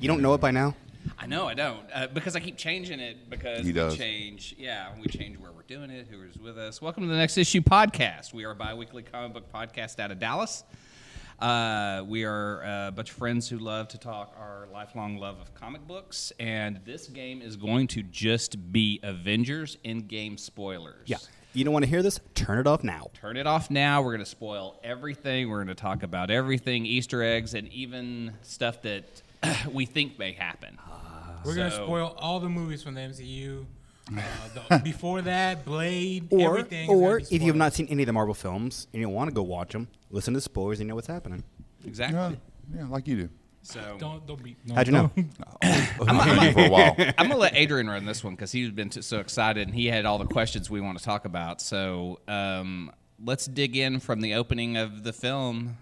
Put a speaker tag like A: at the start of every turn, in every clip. A: You don't know it by now?
B: I know I don't uh, because I keep changing it because
C: He does.
B: we change. Yeah, we change where we're doing it, who is with us. Welcome to the Next Issue podcast. We are a biweekly comic book podcast out of Dallas. Uh, we are a bunch of friends who love to talk our lifelong love of comic books, and this game is going to just be Avengers Endgame spoilers.
A: Yeah. You don't want to hear this? Turn it off now.
B: Turn it off now. We're going to spoil everything. We're going to talk about everything, Easter eggs, and even stuff that we think may happen.
D: We're gonna
B: So-
D: spoil all the movies from the MCU. Uh, the, before that, Blade,
A: Or,
D: everything.
A: or if you have not seen any of the Marvel films and you want to go watch them, listen to spoilers and you know what's happening.
B: Exactly.
C: Yeah, yeah, like you do.
B: So
D: don't don't be. Don't,
A: How'd you know?
D: don't-
C: Knew for a while.
B: I'm gonna let Adrian run this one because he's been t- so excited and he had all the questions we want to talk about. So um, let's dig in from the opening of the film.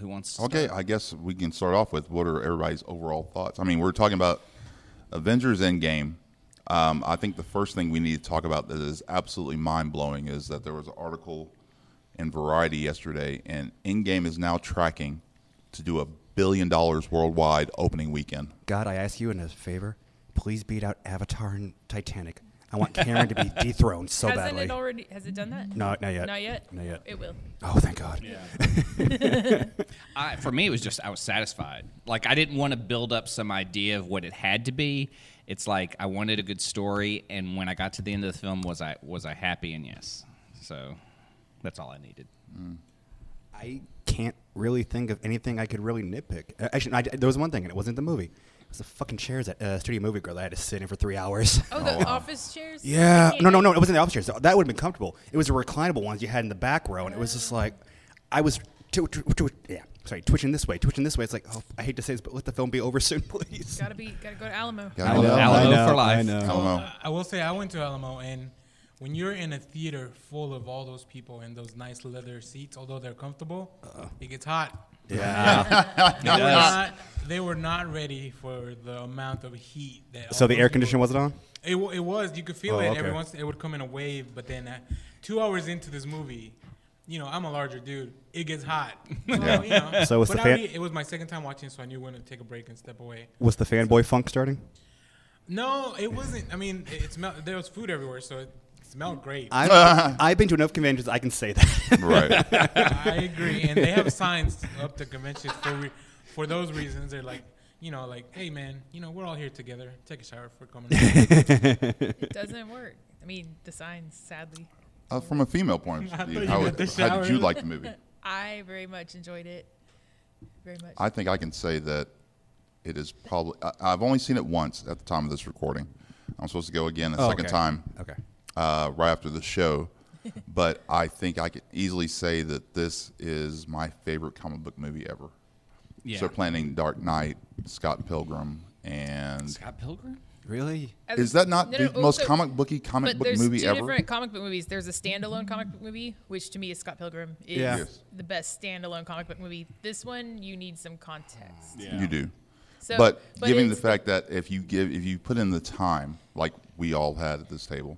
B: Who wants? To
C: Okay, I guess we can start off with what are everybody's overall thoughts. I mean, we're talking about Avengers Endgame. Um, I think the first thing we need to talk about that is absolutely mind blowing is that there was an article in Variety yesterday, and Endgame is now tracking to do a billion dollars worldwide opening weekend.
A: God, I ask you in a favor, please beat out Avatar and Titanic. I want Cameron to be dethroned so
E: Hasn't
A: badly.
E: it already? Has it done that?
A: No, not yet.
E: Not yet.
A: Not yet.
E: It will.
A: Oh, thank God.
B: I, for me, it was just I was satisfied. Like I didn't want to build up some idea of what it had to be. It's like I wanted a good story, and when I got to the end of the film, was I was I happy? And yes, so that's all I needed.
A: I can't really think of anything I could really nitpick. Uh, Actually, I, there was one thing, and it wasn't the movie. It was the fucking chairs at uh, Studio Movie Girl that I had to sit in for three hours.
E: Oh, the office chairs.
A: Yeah.
E: I
A: No, no,
E: can't-
A: no. It wasn't the office chairs. That would have been comfortable. It was the reclinable ones you had in the back row, and it was just like, I was, tw- tw- tw- yeah, sorry, twitching this way, twitching this way. It's like, oh, I hate to say this, but let the film be over soon, please.
E: Gotta be. Gotta go to Alamo.
C: Yeah,
B: I know, Alamo I know, for life. I know.
C: I don't know.
D: I will say I went to Alamo, and when you're in a theater full of all those people in those nice leather seats, although they're comfortable, it gets hot.
A: Yeah.
D: They were, not, they were not ready for the amount of heat that. all
A: so the
D: those
A: air
D: people-
A: conditioning wasn't on.
D: It, wa- it was. You could feel
A: Oh,
D: it
A: okay.
D: every once. It would come in a wave, but then uh, two hours into this movie, you know, I'm a larger dude. It gets hot. So,
C: Yeah.
D: you know,
A: So was
D: but
A: the
D: I
A: fan-
D: already- it was my second time watching, so I knew when to take a break and step away.
A: Was the fanboy funk starting?
D: No, it wasn't. I mean, it, it smelled. There was food everywhere, so it smelled great. I,
A: I've, I've been to enough conventions. I can say that.
C: Right.
D: agree. And they have signs up to conventions for re- for those reasons. They're like, you know, like, hey man, you know, we're all here together. Take a shower for coming.
E: It doesn't work. I mean, the signs. Sadly,
C: Uh, from a female point
D: I
C: of
D: thought
C: view,
D: you
C: how,
D: meant the
C: how did you
D: shower.
C: like the movie?
E: I very much enjoyed it. Very much.
C: I think I can say that it is probably. I, I've only seen it once at the time of this recording. I'm supposed to go again a
A: Oh,
C: second
A: okay.
C: time
A: okay.
C: uh, right after the show, but I think I could easily say that this is my favorite comic book movie ever.
B: Yeah.
C: So planning Dark Knight, Scott Pilgrim, and
B: Scott Pilgrim.
A: Really?
E: As-
C: is that not
E: No,
C: the
E: no,
C: most
E: so-
C: comic booky comic
E: but
C: book
E: there's
C: movie
E: two
C: ever?
E: different comic book movies. There's a standalone comic book movie, which to me is Scott Pilgrim is
A: Yeah.
C: Yes.
E: the best standalone comic book movie. This one, you need some context.
C: You do.
E: So,
C: but, given the
E: it's-
C: fact that if you give if you put in the time like we all had at this table,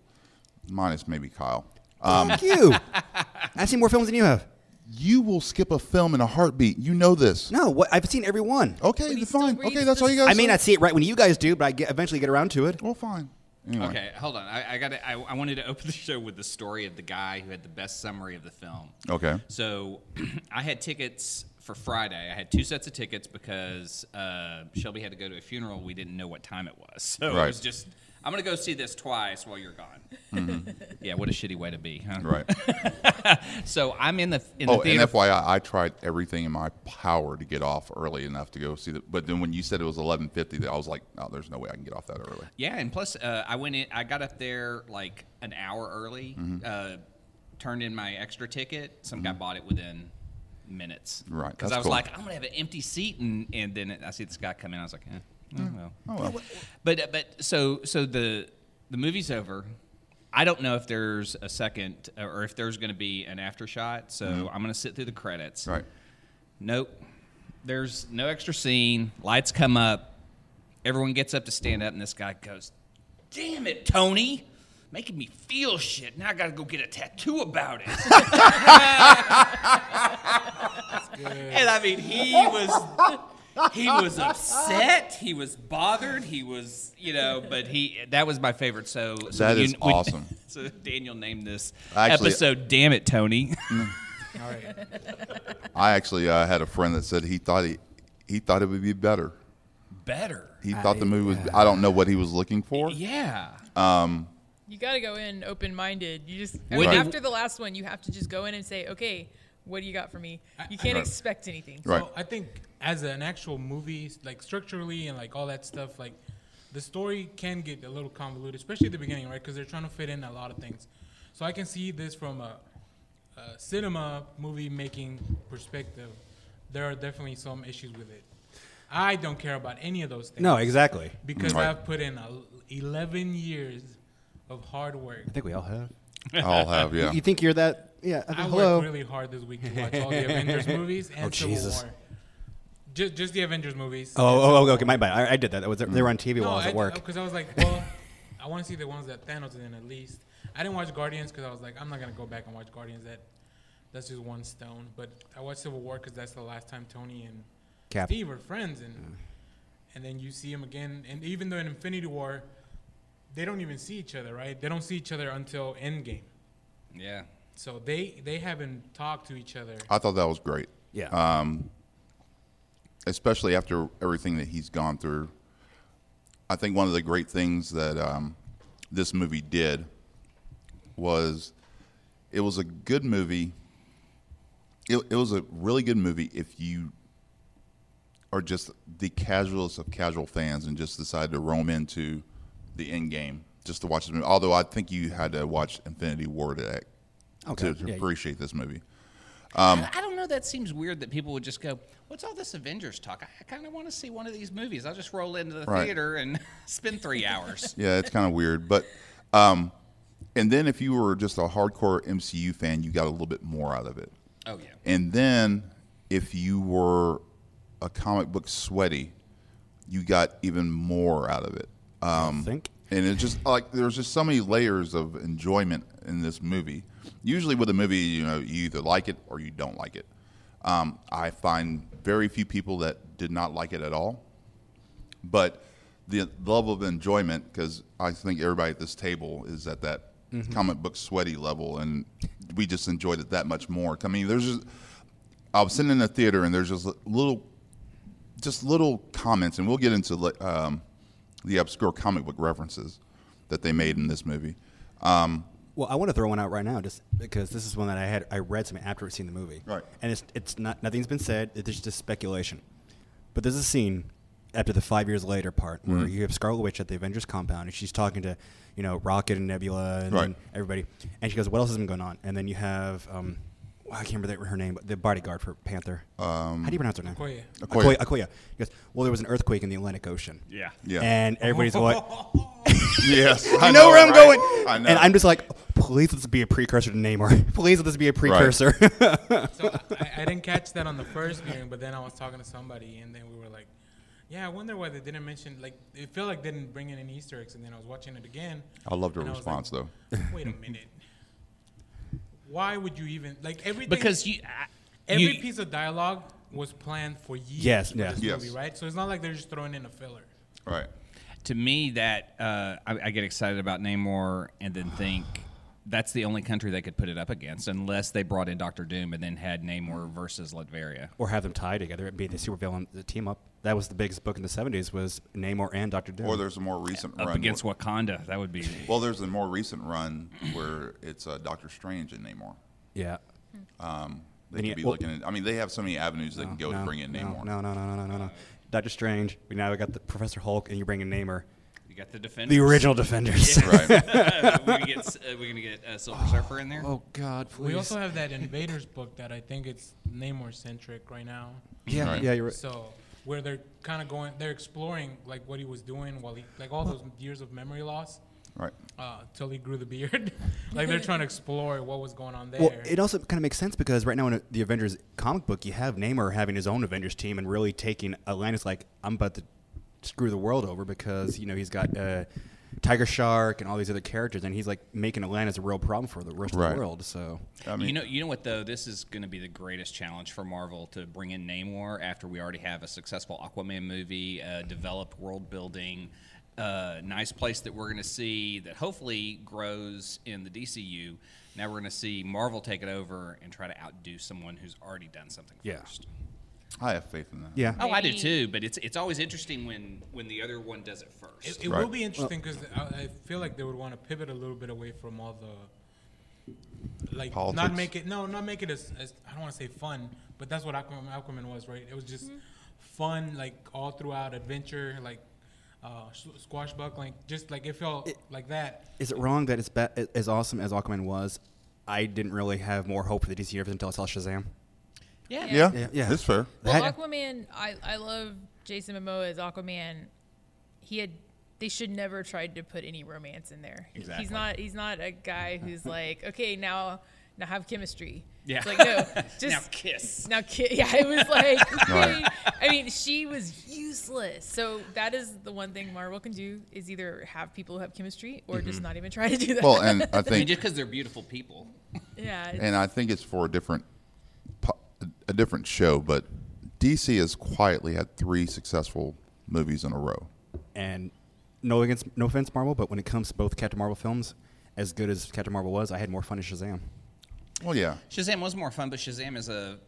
C: minus maybe Kyle,
A: Thank you. I've seen more films than you have.
C: you will skip a film in a heartbeat. You know this.
A: No, what, I've seen every one.
C: Okay,
E: he
C: then
E: still
C: fine.
E: reads
C: Okay, that's
E: the-
C: all you guys.
A: I may
C: say?
A: not see it right when you guys do, but I get, eventually get around to it.
C: Well, fine. Anyway.
B: Okay, hold on. I, I got. I, I wanted to open the show with the story of the guy who had the best summary of the film.
C: Okay.
B: So, I had tickets for Friday. I had two sets of tickets because uh, Shelby had to go to a funeral. We didn't know what time it was, so it
C: Right.
B: was just. I'm gonna go see this twice while you're gone. yeah, what a shitty way to be, huh?
C: Mm-hmm. Right.
B: So I'm in the in
C: oh,
B: the
C: and
B: theater.
C: FYI, I tried everything in my power to get off early enough to go see the. But then when you said it was 11:50, I was like, oh, there's no way I can get off that early.
B: Yeah, and plus uh, I went in. I got up there like an hour early.
C: Mm-hmm.
B: Uh, turned in my extra ticket. Some guy bought it within minutes.
C: Right,
B: Because
C: that's
B: I was
C: cool.
B: like, I'm gonna have an empty seat, and and then I see this guy come in. I was like, eh, oh, well.
C: Oh, well.
B: But uh, but so so the the movie's over. I don't know if there's a second uh, or if there's going to be an after shot. So I'm going to sit through the credits.
C: Right.
B: Nope. There's no extra scene. Lights come up. Everyone gets up to stand up, and this guy goes, Damn it, Tony. Making me feel shit. Now I gotta go get a tattoo about it. and I mean, he was he was upset. He was bothered. He was, you know, but he that was my favorite. So, so
C: That
B: you-
C: is awesome.
B: So Daniel named this
C: Actually-
B: episode. Damn it, Tony.
D: All right.
C: I actually uh, had a friend that said he thought he he thought it would be better.
B: Better.
C: He thought the movie was. I don't know what he was looking for.
B: Yeah.
E: You got to go in open minded. You just I
B: Would
E: mean,
B: they-
E: after the last one, you have to just go in and say, okay, what do you got for me? You can't expect anything.
C: Right.
D: So I think as an actual movie, like structurally and like all that stuff, like the story can get a little convoluted, especially at the beginning, right? Because they're trying to fit in a lot of things. So I can see this from a, a cinema movie making perspective. There are definitely some issues with it. I don't care about any of those things.
A: No, exactly.
D: because
C: Right.
D: I've put in a- 11 years of hard work.
A: I think we all have.
C: I'll have yeah.
A: You think you're that? Yeah. I mean,
D: I
A: hello.
D: worked really hard this week to watch all the Avengers movies and
A: Oh,
D: Civil
A: Jesus.
D: War. Just, just the Avengers movies.
A: oh, oh, oh, okay, my bad. I, I did that. That was they were on TV while I was at work.
D: Because I was like, well, I want to see the ones that Thanos is in at least. I didn't watch Guardians because I was like, I'm not gonna go back and watch Guardians. That that's just one stone. But I watched Civil War because that's the last time Tony and
A: Cap.
D: Steve are friends, and and then you see him again. And even though in Infinity War, they don't even see each other, right? They don't see each other until Endgame.
B: Yeah.
D: So they they haven't talked to each other.
C: I thought that was great.
A: Yeah.
C: especially after everything that he's gone through. I think one of the great things that um, this movie did was it was a good movie. It, it was a really good movie if you are just the casualest of casual fans and just decide to roam into the end game just to watch this movie. Although I think you had to watch Infinity War to,
A: Okay.
C: to, to
A: Yeah.
C: appreciate this movie.
B: I, I don't know. That seems weird that people would just go, "What's all this Avengers talk?" I, I kind of want to see one of these movies. I'll just roll into the
C: Right.
B: theater and spend three hours.
C: Yeah, it's kind of weird, but um, and then if you were just a hardcore MCU fan, you got a little bit more out of it.
B: oh yeah.
C: And then if you were a comic book sweaty, you got even more out of it. Um,
A: think.
C: and it's just like there's just so many layers of enjoyment in this movie. Usually with a movie, you know, you either like it or you don't like it. Um, I find very few people that did not like it at all. But the level of enjoyment, because I think everybody at this table is at that comic book sweaty level, and we just enjoyed it that much more. I mean, there's just I was sitting in the theater, and there's just little, just little comments, and we'll get into like, um, the obscure comic book references that they made in this movie. Um,
A: Well, I want to throw one out right now, just because this is one that I had I read something after seeing the movie,
C: Right.
A: And it's it's not nothing's been said. It's just speculation. But there's a scene after the five years later part where
C: Mm.
A: you have Scarlet Witch at the Avengers compound, and she's talking to you know Rocket and Nebula and
C: Right.
A: then everybody, and she goes, "What else has been going on?" And then you have um, wow, I can't remember her name, but the bodyguard for Panther. Um, How do you pronounce her name?
D: Okoye.
C: Okoye.
A: Okoye. Okoye. He goes, "Well, there was an earthquake in the Atlantic Ocean."
B: Yeah.
C: Yeah.
A: And everybody's like.
C: yes, I
A: You know, where I'm
C: right?
A: going.
C: I know.
A: And I'm just like, please let this be a precursor to Namor. please let this be a precursor.
D: So I, I didn't catch that on the first viewing, but then I was talking to somebody, and then we were like, "Yeah, I wonder why they didn't mention like it felt like they didn't bring in any Easter eggs." And then I was watching it again.
C: I loved her
D: and was
C: response
D: like,
C: though.
D: Wait a minute. Why would you even like everything?
B: Because you. I,
D: every
B: you-
D: piece of dialogue was planned for years.
A: Yes,
D: for
A: yes.
D: this
C: Yes.
D: movie, right? So it's not like they're just throwing in a filler.
C: right.
B: to me that uh, I, I get excited about Namor and then think that's the only country they could put it up against unless they brought in Doctor Doom and then had Namor versus Latveria.
A: or have them tie together and be the supervillain the team up. That was the biggest book in the 70s was Namor and Doctor Doom.
C: Or there's a more recent
B: Up
C: run.
B: against
C: where,
B: Wakanda, that would be.
C: well, there's a more recent run where it's uh, Doctor Strange and Namor. Um,
A: yeah.
C: They
A: Then
C: could
A: you-
C: be
A: well-
C: looking. At, I mean, they have so many avenues they can go
A: no,
C: to bring in
A: no,
C: Namor.
A: No, no, no, no, no, no, no. Doctor Strange. We now got the Professor Hulk, and you bring in Namor,
B: You got the defender.
A: the original Defenders.
C: Right.
B: we're gonna get, s- uh, we're gonna get uh, Silver Surfer in there.
A: Oh God, please.
D: We also have that Invaders book that I think it's Namor centric right now.
A: yeah,
C: Right.
A: yeah, you're right.
D: So where they're kind of going, they're exploring like what he was doing while he like all those years of memory loss.
C: Right.
D: uh, till he grew the beard. like they're trying to explore what was going on there.
A: Well, it also kind of makes sense because right now in the Avengers comic book, you have Namor having his own Avengers team and really taking Atlantis like I'm about to screw the world over because you know he's got uh, Tiger Shark and all these other characters, and he's like making Atlanta's a real problem for the rest of
C: Right.
A: the world. So
C: I mean,
B: you know, you know what though? This is going to be the greatest challenge for Marvel to bring in Namor after we already have a successful Aquaman movie, uh, developed world building, uh, nice place that we're going to see that hopefully grows in the DCU. Now we're going to see Marvel take it over and try to outdo someone who's already done something
A: Yeah.
B: first.
C: I have faith in that.
A: yeah,
B: Oh, I do
E: Maybe-
B: too, but it's it's always interesting when when the other one does it first.
D: It, it
C: Right.
D: will be interesting because I, I feel like they would want to pivot a little bit away from all the like not
C: Politics.
D: make it no not make it as, as I don't want to say fun, but that's what Aquaman, Aquaman was right. It was just
A: Mm-hmm.
D: fun like all throughout adventure like uh, s- squash buck like just like it felt like that.
A: is it wrong that it's ba- as awesome as Aquaman was? I didn't really have more hope for the DC universe until I saw Shazam.
B: yeah.
C: Yeah,
A: Yeah, yeah.
C: That's fair.
E: Well,
A: That-
E: Aquaman, I, I love Jason Momoa as Aquaman. He had they should never have tried to put any romance in there. He-
B: Exactly.
E: He's not he's not a guy who's like, okay, now now have chemistry.
B: Yeah.
E: It's like no, just
B: now kiss.
E: Now, ki- yeah, it was like,
C: Right.
E: okay. I mean, she was useless. So that is the one thing Marvel can do is either have people who have chemistry or just not even try to do that.
C: Mm-hmm. Well, and I
B: I mean,
C: think
B: just because they're beautiful people.
E: yeah, it's-
C: and I think it's for a different po- a different show, but DC has quietly had three successful movies in a row.
A: And no against, no offense, Marvel, but when it comes to both Captain Marvel films, as good as Captain Marvel was, I had more fun as Shazam.
C: Well, yeah.
B: Shazam was more fun, but Shazam is a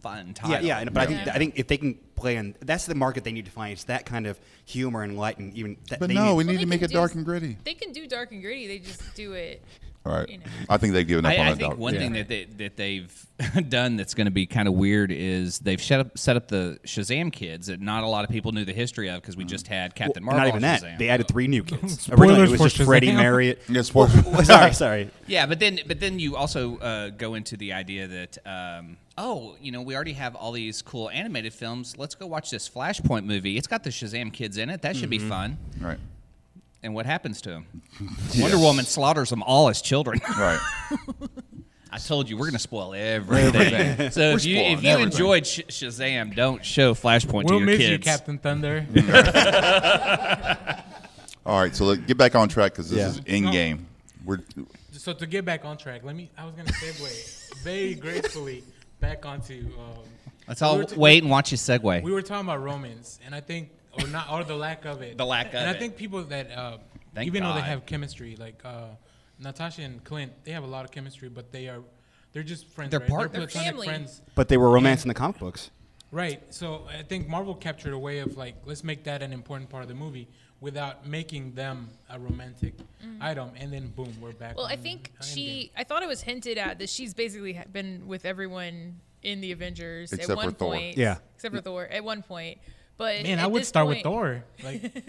B: fun title.
A: Yeah, yeah, and- but I think
E: Yeah.
A: I think if they can play in, that's the market they need to find. It's that kind of humor and light and even. That
C: But
A: they
C: no, we
A: need-
C: need
E: Well,
C: to
E: they
C: make
E: can
C: it
E: do-
C: dark and gritty.
E: they can do dark and gritty. They just do it.
C: All right.
E: You know.
C: I think they've given up on
B: I, I
C: that.
B: think
C: dark-
B: one thing that they that they've done that's going to be kind of weird is they've set up set up the Shazam kids that not a lot of people knew the history of because we just had Captain
A: well,
B: Marvel.
A: not
B: and
A: even that.
B: Shazam.
A: They added three new kids.
D: Spoilers
A: Originally, it was
D: for
A: just Freddie
D: Shazam.
A: Marriott.
C: Yeah, spoil-
A: sorry, sorry.
B: yeah, but then but then you also uh, go into the idea that um, oh you know we already have all these cool animated films. Let's go watch this Flashpoint movie. It's got the Shazam kids in it. That should
A: Mm-hmm.
B: be fun.
C: Right.
B: And what happens to them? Wonder Woman slaughters them all as children.
C: Right.
B: I told you we're going to spoil everything.
C: Everything.
B: so if
C: We're
B: you if
C: spoiling
B: you
C: everything.
B: enjoyed Sh- Shazam, don't show Flashpoint
D: We'll
B: to your
D: miss
B: kids.
D: you, Captain Thunder.
C: All right. So let, get back on track because this
A: Yeah.
C: is in game. We're
D: so to get back on track, let me. I was gonna segue very gracefully back onto. Um,
B: Let's
D: we
B: all
D: were t-
B: wait and watch his segue.
D: We were talking about romance, and I think, or not, or the lack of it.
B: The lack of
D: And
B: it.
D: I think people that, uh,
B: Thank
D: even though
B: God.
D: they have chemistry, like uh, Natasha and Clint, they have a lot of chemistry, but they are, they're just friends.
B: They're
D: right?
B: part-
E: They're
D: platonic
E: family.
D: friends.
A: But they were romance in the comic books.
D: Right. So I think Marvel captured a way of like, let's make that an important part of the movie without making them a romantic item, and then boom, we're back.
E: Mm-hmm. Well, I
D: on
E: think
D: Endgame.
E: she. I thought it was hinted at that she's basically ha- been with everyone in the Avengers
C: Except
E: at
C: for
E: one
C: Thor.
E: point.
A: Yeah.
E: Except for Thor at one point. But
D: Man,
E: at
D: I would
E: this
D: start
E: point-
D: with Thor. Like,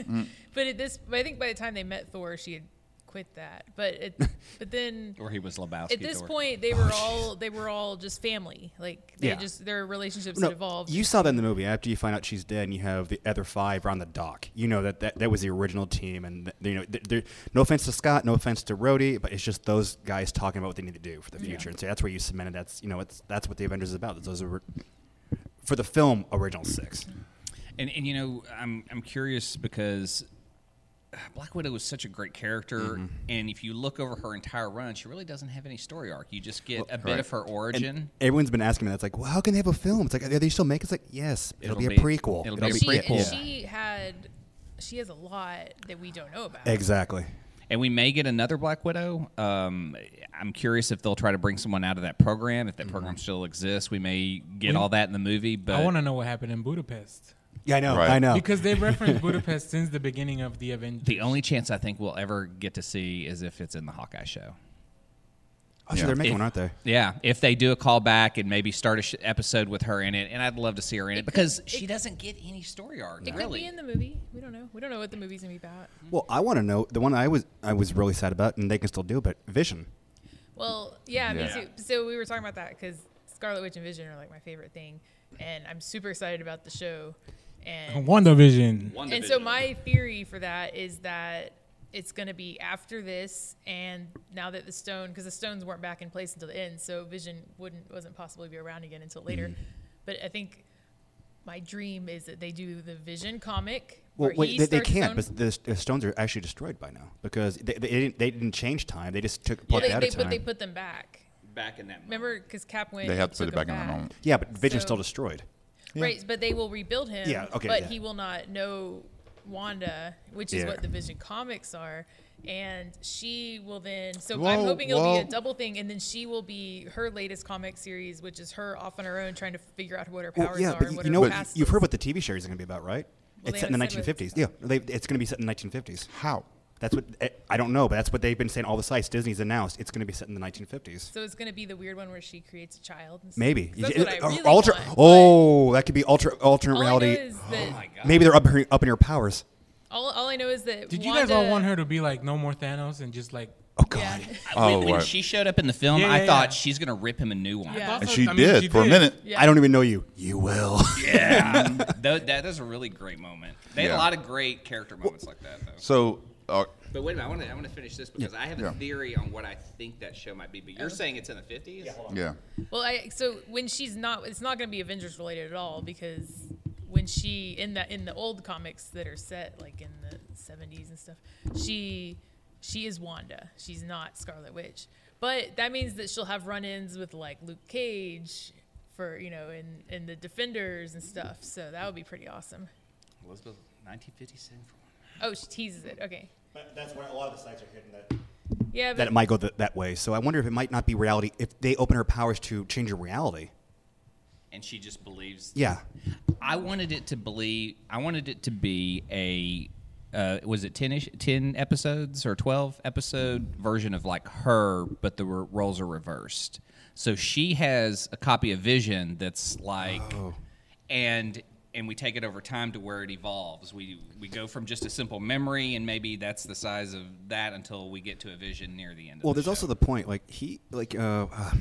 E: But at this, but I think by the time they met Thor, she had quit that. But it, but then
B: or he was Lebowski.
E: at this
B: Thor.
E: point, they were all they were all just family. Like they
A: Yeah.
E: just their relationships
A: No,
E: had evolved.
A: you saw that in the movie. After you find out she's dead, and you have the other five are on the dock. You know that that, that was the original team, and th- you know, th- there- no offense to Scott, no offense to Rhodey, but it's just those guys talking about what they need to do for the future, and so that's where you cemented. That's you know, it's, that's what the Avengers is about. Those are for the film original six.
B: and, and you know I'm I'm curious because Black Widow is such a great character, and if you look over her entire run, she really doesn't have any story arc. You just get a bit
C: right.
B: of her
A: And
B: origin.
A: everyone's been asking me that's like, well, how can they have a film? It's like, are they still making? It's like, yes, it'll,
B: It'll be-
A: be, a prequel.
B: it'll
A: It'll,
B: be a
A: be,
E: she,
A: a
E: and
B: prequel.
A: prequel.
E: she had she has a lot that we don't know about.
A: Exactly.
B: And we may get another Black Widow. Um, I'm curious if they'll try to bring someone out of that program. If that program still exists, we may get all that in the movie. But
D: I want to know what happened in Budapest.
A: Yeah, I know.
C: Right.
A: I know.
D: Because they referenced Budapest since the beginning of the Avengers.
B: the only chance I think we'll ever get to see is if it's in the Hawkeye show.
A: oh, so
C: Yeah.
A: they're making
B: If-
A: one, aren't they?
B: Yeah, if they do a callback and maybe start a sh- episode with her in it, and I'd love to see her in it, because she doesn't get any story arc.
E: It could
B: really.
E: be in the movie. We don't know. We don't know what the movie's gonna be about.
A: Well, I want to know the one I was I was really sad about, and they can still do, but Vision.
E: Well, yeah,
C: Yeah.
E: me too. So we were talking about that because Scarlet Witch and Vision are like my favorite thing, and I'm super excited about the show. And
D: WandaVision.
E: and so my theory for that is that it's going to be after this, and now that the stone, because the stones weren't back in place until the end, so Vision wouldn't wasn't possibly be around again until later. But I think my dream is that they do the Vision comic
A: Well,
E: Or he
A: wait, they, they
E: starts his
A: can't.
E: own-
A: But the, the stones are actually destroyed by now because they, they, didn't, they didn't change time. They just took
E: Well,
A: part
E: they,
A: out
E: they
A: of
E: put
A: time.
E: they put them back.
B: back in that. moment.
E: Remember, because Cap went.
C: They have to put
E: took
C: it back in
E: him
C: the moment.
A: yeah, but Vision's
E: So-
A: still destroyed. Yeah.
E: Right, but they will rebuild him.
A: Yeah, okay,
E: But
A: yeah.
E: he will not know Wanda, which is
A: Yeah.
E: what the Vision comics are. And she will then. So I'm
C: Whoa,
E: hoping it'll be a
C: whoa.
E: double thing, and then she will be her latest comic series, which is her off on her own trying to figure out what her powers
A: Well, yeah,
E: are.
A: but
E: and
A: you,
E: what
A: you
E: her
A: know what?
E: past
A: You've
E: is.
A: heard what the TV series are going to be about, right?
E: Well,
A: it's
E: they
A: set in the
E: haven't said what
A: 1950s. Yeah, they, it's going to be set in the 1950s.
C: How?
A: That's what I- I don't know, but that's what they've been saying all the sites. Disney's announced it's going to be set in the 1950s.
E: So it's gonna be the weird one where she creates a child. and stuff.
A: Maybe
E: That's
A: You-
E: what I
A: or
E: really
A: alter-
E: want, but
A: Oh, that could be alter, alternate
E: all I know
A: reality. Oh
E: is that-
B: my God.
A: Maybe they're up her, up in her powers.
E: all, all I know is that.
D: Did you
E: Wanda,
D: guys all want her to be like no more Thanos and just like?
A: Oh God.
E: Yeah.
B: When-
C: Oh,
B: when,
C: right.
B: she showed up in the film,
D: Yeah,
B: I
D: yeah,
B: thought
D: yeah.
B: she's gonna rip him a new one.
E: Yeah.
D: I thought
C: And
D: so-
C: she
D: I mean,
C: did for a minute.
E: Yeah.
A: I don't even know you. You will.
B: Tho- that is a really great moment. They had
C: Yeah.
B: a lot of great character moments like that, though.
C: So, uh,
B: But wait a minute, I want to I want to finish this because I have a
C: Yeah.
B: theory on what I think that show might be. But you're saying it's in the 50s.
C: yeah.
E: Well, I so when she's not, it's not going to be Avengers related at all because when she in the in the old comics that are set like in the seventies and stuff, she she is Wanda. She's not Scarlet Witch, but that means that she'll have run-ins with like Luke Cage for you know in in the Defenders and stuff. So that would be pretty awesome.
B: Elizabeth, 1956.
E: Oh, she teases it. Okay,
A: That's where a lot of the sites are hitting that.
E: yeah,
A: That
E: but
A: it might go th- that way. So I wonder if it might not be reality if they open her powers to change her reality.
B: And she just believes.
A: Yeah.
B: I wanted it to believe. I wanted it to be a. Uh, was it 10, ish, 10 episodes or 12 episode version of like her, but the re- roles are reversed. So she has a copy of Vision that's like, and and we take it over time to where it evolves. We we go from just a simple memory, and maybe that's the size of that until we get to a Vision near the end. Of
A: Well,
B: the
A: there's also the point. Like he, like uh, uh,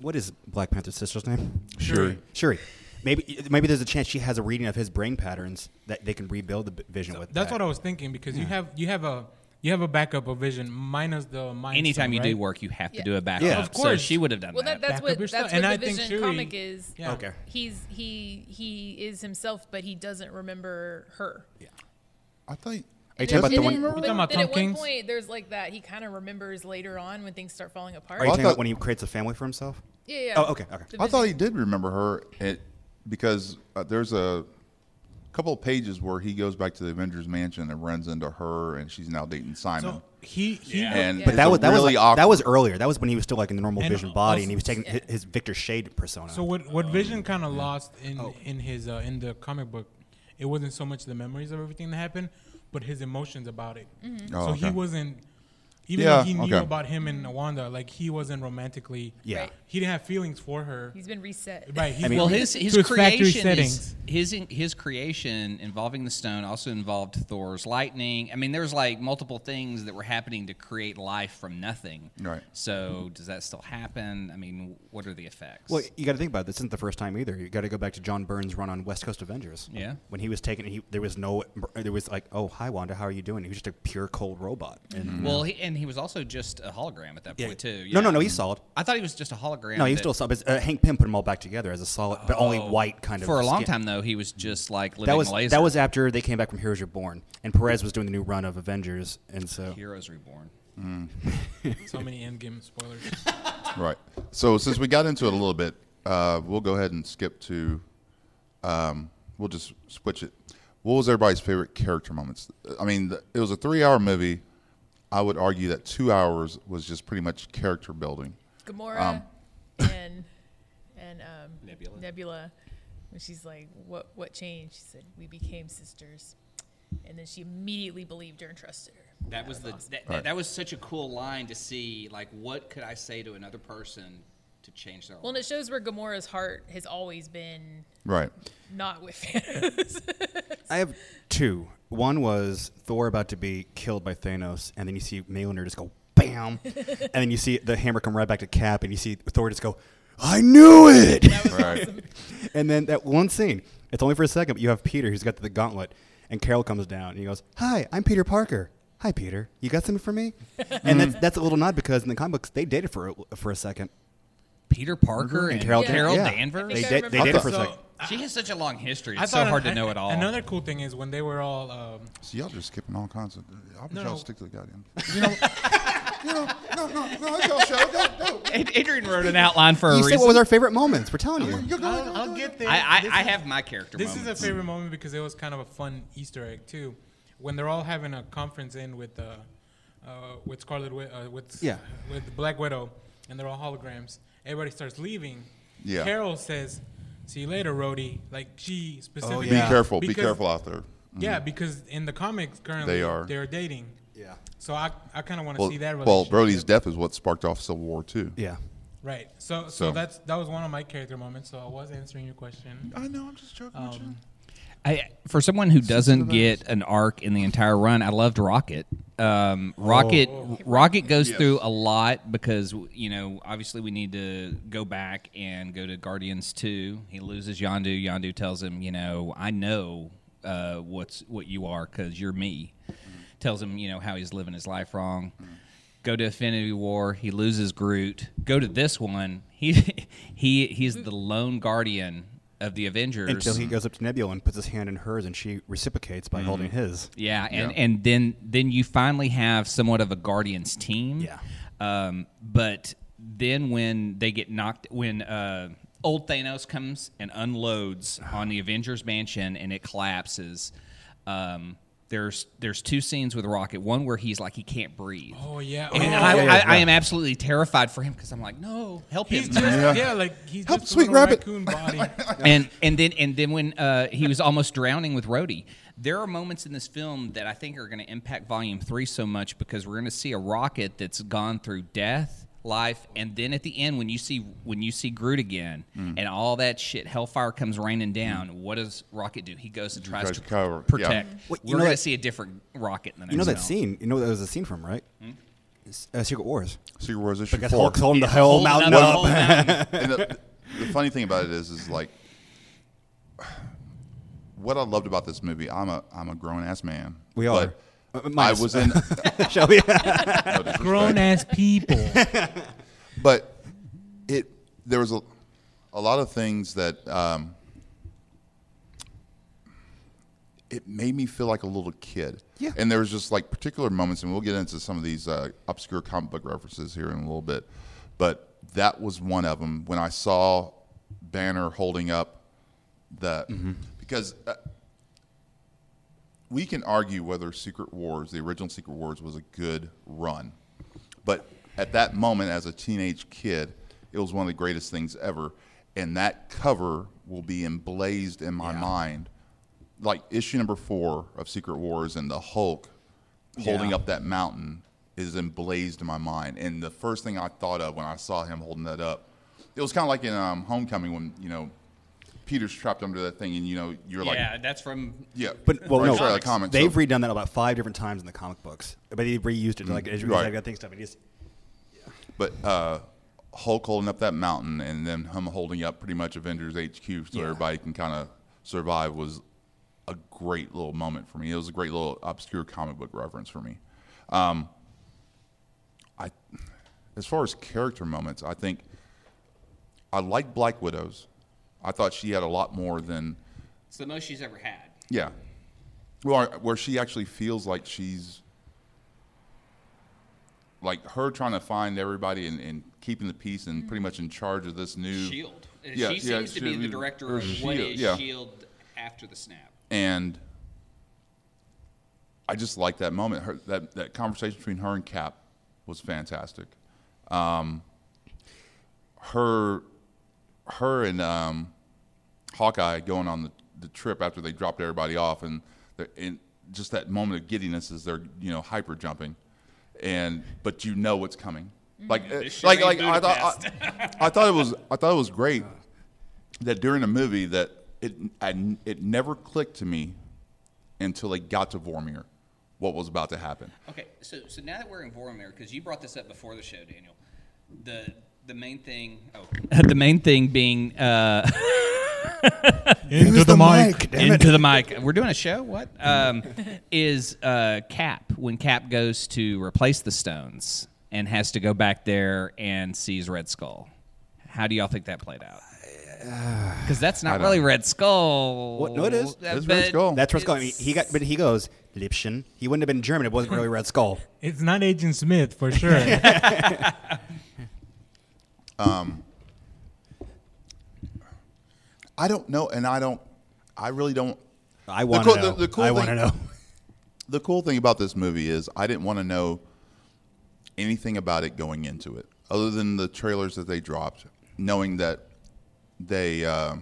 A: what is Black Panther's sister's name?
C: Sure.
A: Shuri. Maybe maybe there's a chance she has a reading of his brain patterns that they can rebuild the b- vision with.
D: That's
A: that.
D: what I was thinking because you have you have a you have a backup of Vision minus the mind.
B: anytime
D: Stone,
B: you do
D: right?
B: work, you have to
E: Yeah.
B: do a backup.
A: Yeah.
D: Of
B: So
D: course.
B: she would have done
E: well,
B: that.
E: that, that's
D: Backup
E: what
D: your
E: that's
D: stuff.
E: what
D: And
E: the
D: I think
E: Vision
D: Shuri-
E: comic is.
D: Yeah.
A: Okay.
E: He's he he is himself, but he doesn't remember her.
C: I think.
A: Are you
E: And
A: talking about the
E: then-
A: one?
E: and then-
D: You
E: but
D: talking about
E: then
D: Tom
E: at
D: Kings?
E: one point, there's like that he kind of remembers later on when things start falling apart.
A: Are Oh, you
C: I
A: talking about
C: thought-
A: when he creates a family for himself?
E: yeah, yeah.
A: Oh, okay, okay.
E: The
C: I thought
E: vision-
C: he did remember her it, because uh, there's a couple of pages where he goes back to the Avengers Mansion and runs into her, and she's now dating Simon.
D: So he he
C: and
E: Yeah.
A: But that
C: it's
A: was
C: a
A: that
C: really
A: was
C: awkward.
A: that was earlier. That was when he was still like in the normal
D: And
A: Vision body,
D: also-
A: and he was taking hi- his Victor Shade persona.
D: So what what Vision kind of lost in
C: Oh.
D: in his uh, in the comic book, it wasn't so much the memories of everything that happened, but his emotions about it.
C: Oh,
B: Mm-hmm.
D: so he
C: okay.
D: wasn't even
C: Yeah,
D: though he knew
C: okay.
D: about him and Wanda, like he wasn't romantically.
A: yeah,
E: Right.
D: He didn't have feelings for her.
E: he's been reset.
D: right. He's
A: mean-
B: well, his his
D: to his factory
B: creation is,
D: settings.
B: his in- his creation involving the stone also involved Thor's lightning. I mean, there was like multiple things that were happening to create life from nothing.
C: Right.
B: So, does that still happen? I mean, what are the effects?
A: Well, you got to think about it. this. Isn't the first time either. You got to go back to John Burns' run on West Coast Avengers.
B: Yeah.
A: when he was taken, he there was no there was like, oh hi Wanda, how are you doing? He was just a pure cold robot. And
B: well, he, and he was also just a hologram at that point too.
A: No,
B: Mm-hmm.
A: no,
B: Yeah.
A: no. He's solid.
B: I thought he was just a hologram.
A: No, he's
B: that-
A: still solid. But uh, Hank Pym put them all back together as a solid, but only white kind of.
B: Oh. for a long
A: skin.
B: time though. He was just like living
A: That was
B: laser.
A: that was after they came back from Heroes You're Born, and Perez was doing the new run of Avengers, and so
B: Heroes Reborn.
D: so many endgame spoilers.
C: Right. So since we got into it a little bit, uh, we'll go ahead and skip to. Um, we'll just switch it. What was everybody's favorite character moments? I mean, th- it was a three-hour movie. I would argue that two hours was just pretty much character building.
E: Gamora
A: Um.
E: and and um,
B: Nebula.
E: Nebula, when she's like, "What what changed?" She said, "We became sisters," and then she immediately believed her and trusted her.
B: That was the that,
C: Right.
B: that was such a cool line to see. Like, what could I say to another person to change their
E: Well,
B: life?
E: and it shows where Gamora's heart has always been
C: Right.
E: not with Thanos.
A: I have two. One was Thor about to be killed by Thanos, and then you see Mjolnir just go bam, and then you see the hammer come right back to Cap, and you see Thor just go, "I knew it!"
C: Right.
A: and then that one scene, it's only for a second, but you have Peter who's got the gauntlet, and Carol comes down and he goes, "Hi, I'm Peter Parker." Hi, Peter. You got something for me? and that's, that's a little nod because in the comic books they dated for a, for a second.
B: Peter Parker
A: And
B: and,
A: Carol
B: Carol,
E: Dan-
A: yeah.
B: Danvers.
E: I
A: They,
E: think I
A: did-
E: remember
A: they
E: that.
A: dated for a
D: so
A: second.
B: She has such a long history.
D: I
B: It's so
D: thought
B: hard
D: an-
B: to know it all.
D: Another cool thing is when they were all um,
C: See, y'all just skipping all kinds of. I wish
D: No,
C: y'all
D: no.
C: stick to the goddamn. You know, you know, no, no, no, it's y'all show. No, no.
B: Ad- Adrian wrote an outline for a
A: You said
B: reason.
A: what was our favorite moments? We're telling you.
C: You're going,
D: I'll, I'll get there.
B: I, I,
D: This
B: I
D: is-
B: have my character.
D: This is a
B: moments.
D: favorite moment because it was kind of a fun Easter egg too, when they're all having a conference in with uh, uh with Scarlet Wi- uh, with
A: Yeah.
D: with Black Widow, and they're all holograms. Everybody starts leaving.
C: Yeah.
D: Carol says, "See you later, Rhodey." Like
B: Oh,
D: she specifically.
A: yeah.
C: Be careful. Be
D: Because-
C: careful out there.
D: Yeah, because in the comics currently
C: They are.
D: they're dating.
A: Yeah.
D: So I I kind of want to
C: Well,
D: see that.
C: well,
D: relationship.
C: Brody's death is what sparked off Civil War too.
A: Yeah.
D: Right. So, so
C: So-
D: that's that was one of my character moments. So I was answering your question.
C: I know. I'm just joking. with
D: Um,
C: you.
B: I, for someone who doesn't get an arc in the entire run, I loved Rocket. Um, Rocket Rocket goes
C: Yes.
B: through a lot because you know obviously we need to go back and go to Guardians two. He loses Yandu. Yandu tells him, you know, I know uh, what's what you are because you're me. Tells him, you know, how he's living his life wrong. Go to Infinity War. He loses Groot. Go to this one. He he he's the lone guardian of the Avengers
A: Until he goes up to Nebula and puts his hand in hers, and she reciprocates by holding his.
B: Yeah, and,
C: Mm-hmm. Yeah.
B: and then then you finally have somewhat of a Guardians team.
A: Yeah.
B: Um, but then when they get knocked, when uh, old Thanos comes and unloads
A: Uh-huh.
B: on the Avengers mansion and it collapses, um, there's there's two scenes with Rocket. One where he's like he can't breathe.
D: Oh yeah.
B: And
D: Oh,
B: I,
A: yeah, yeah,
B: I, I
A: yeah.
B: am absolutely terrified for him because I'm like, no, help
D: He's
B: him.
D: just
C: Yeah.
D: yeah. like he's
C: Help,
D: just a
C: sweet
D: little
C: rabbit.
D: raccoon body.
B: and and then and then when uh, he was almost drowning with Rhodey, there are moments in this film that I think are going to impact Volume Three so much because we're going to see a rocket that's gone through death, life, and then at the end when you see when you see Groot again and all that shit, Hellfire comes raining down. What does Rocket do? Mm. He goes and tries
C: tries
B: to,
C: to cover, yeah.
B: protect.
A: Well, you
B: we're
A: know
B: going to
A: that-
B: see a different Rocket in the next
A: You know that
B: film.
A: scene? You know that was a scene from, right?
C: Hmm?
A: It's, Uh, Secret Wars.
C: Secret Wars issue
A: Like that's
C: four.
A: Hulk's holding the
B: Whole
A: whole mountain
B: nother-
A: up.
B: whole mountain.
C: and the, the funny thing about it is, is like what I loved about this movie. I'm a I'm a grown ass man.
A: We are.
C: But
A: Uh,
C: I
A: minus-
C: was in. no
A: Shall we?
C: disrespect.
D: Grown ass people.
C: but it there was a, a lot of things that um, it made me feel like a little kid.
A: Yeah.
C: And there was just like particular moments, and we'll get into some of these uh, obscure comic book references here in a little bit, but that was one of them when I saw Banner holding up the because. Uh, we can argue whether Secret Wars, the original Secret Wars, was a good run. But at that moment, as a teenage kid, it was one of the greatest things ever. And that cover will be emblazed in my mind. Like issue number four of Secret Wars and the Hulk holding
A: Yeah.
C: up that mountain is emblazed in my mind. And the first thing I thought of when I saw him holding that up, it was kind of like in um, Homecoming when, you know, Peter's trapped under that thing and, you know, you're
B: Yeah,
C: like,
B: that's from
C: yeah.
A: But well,
C: right
A: no,
C: side of the comic, so-
A: they've redone that about five different times in the comic books. But they reused it like as you
C: Mm, Right.
A: right. got things stuff. It is
C: But uh, Hulk holding up that mountain and then him holding up pretty much Avengers HQ so
A: Yeah.
C: everybody can kind of survive was a great little moment for me. It was a great little obscure comic book reference for me. Um, I, as far as character moments, I think I like Black Widows. I thought she had a lot more than
B: it's the most she's ever had.
C: yeah. Well, where she actually feels like she's like her trying to find everybody and, and keeping the peace and pretty much in charge of this new
B: Shield.
C: Yeah,
B: she
C: yeah,
B: seems to be
C: she-
B: the director of what
C: Shield,
B: is
C: yeah.
B: Shield after the snap.
C: and I just like that moment. Her, that that conversation between her and Cap was fantastic. Um, her, her and um, Hawkeye going on the, the trip after they dropped everybody off, and, the- and just that moment of giddiness as they're you know hyper jumping, and but you know what's coming. Like uh,
B: shit
C: like like
B: ain't
C: I thought I, I thought it was I thought it was great that during the movie that it I, it never clicked to me until they got to Vormir what was about to happen.
B: Okay, so so now that we're in Voromir, because you brought this up before the show, Daniel, the the main thing. Oh, the main thing being uh,
A: into the mic.
B: into the mic. We're doing a show. What um, is uh, Cap when Cap goes to replace the stones and has to go back there and sees Red Skull? How do y'all think that played out?
A: uh,
B: because that's
C: I
B: not
C: don't-
B: really Red Skull.
A: What- no, it is.
B: Uh,
C: It's Red
B: but
C: Skull.
A: That's what's going.
B: it's-
A: He got, but he goes Lipschen. He wouldn't have been German. It wasn't really Red Skull.
D: It's not Agent Smith for sure.
C: I don't know, and I don't. I really don't.
A: I
C: The
A: want
C: cool-
A: to know.
C: the- the cool
A: I want to
C: thing-
A: know.
C: The cool thing about this movie is I didn't want to know anything about it going into it, other than the trailers that they dropped, knowing that they uh,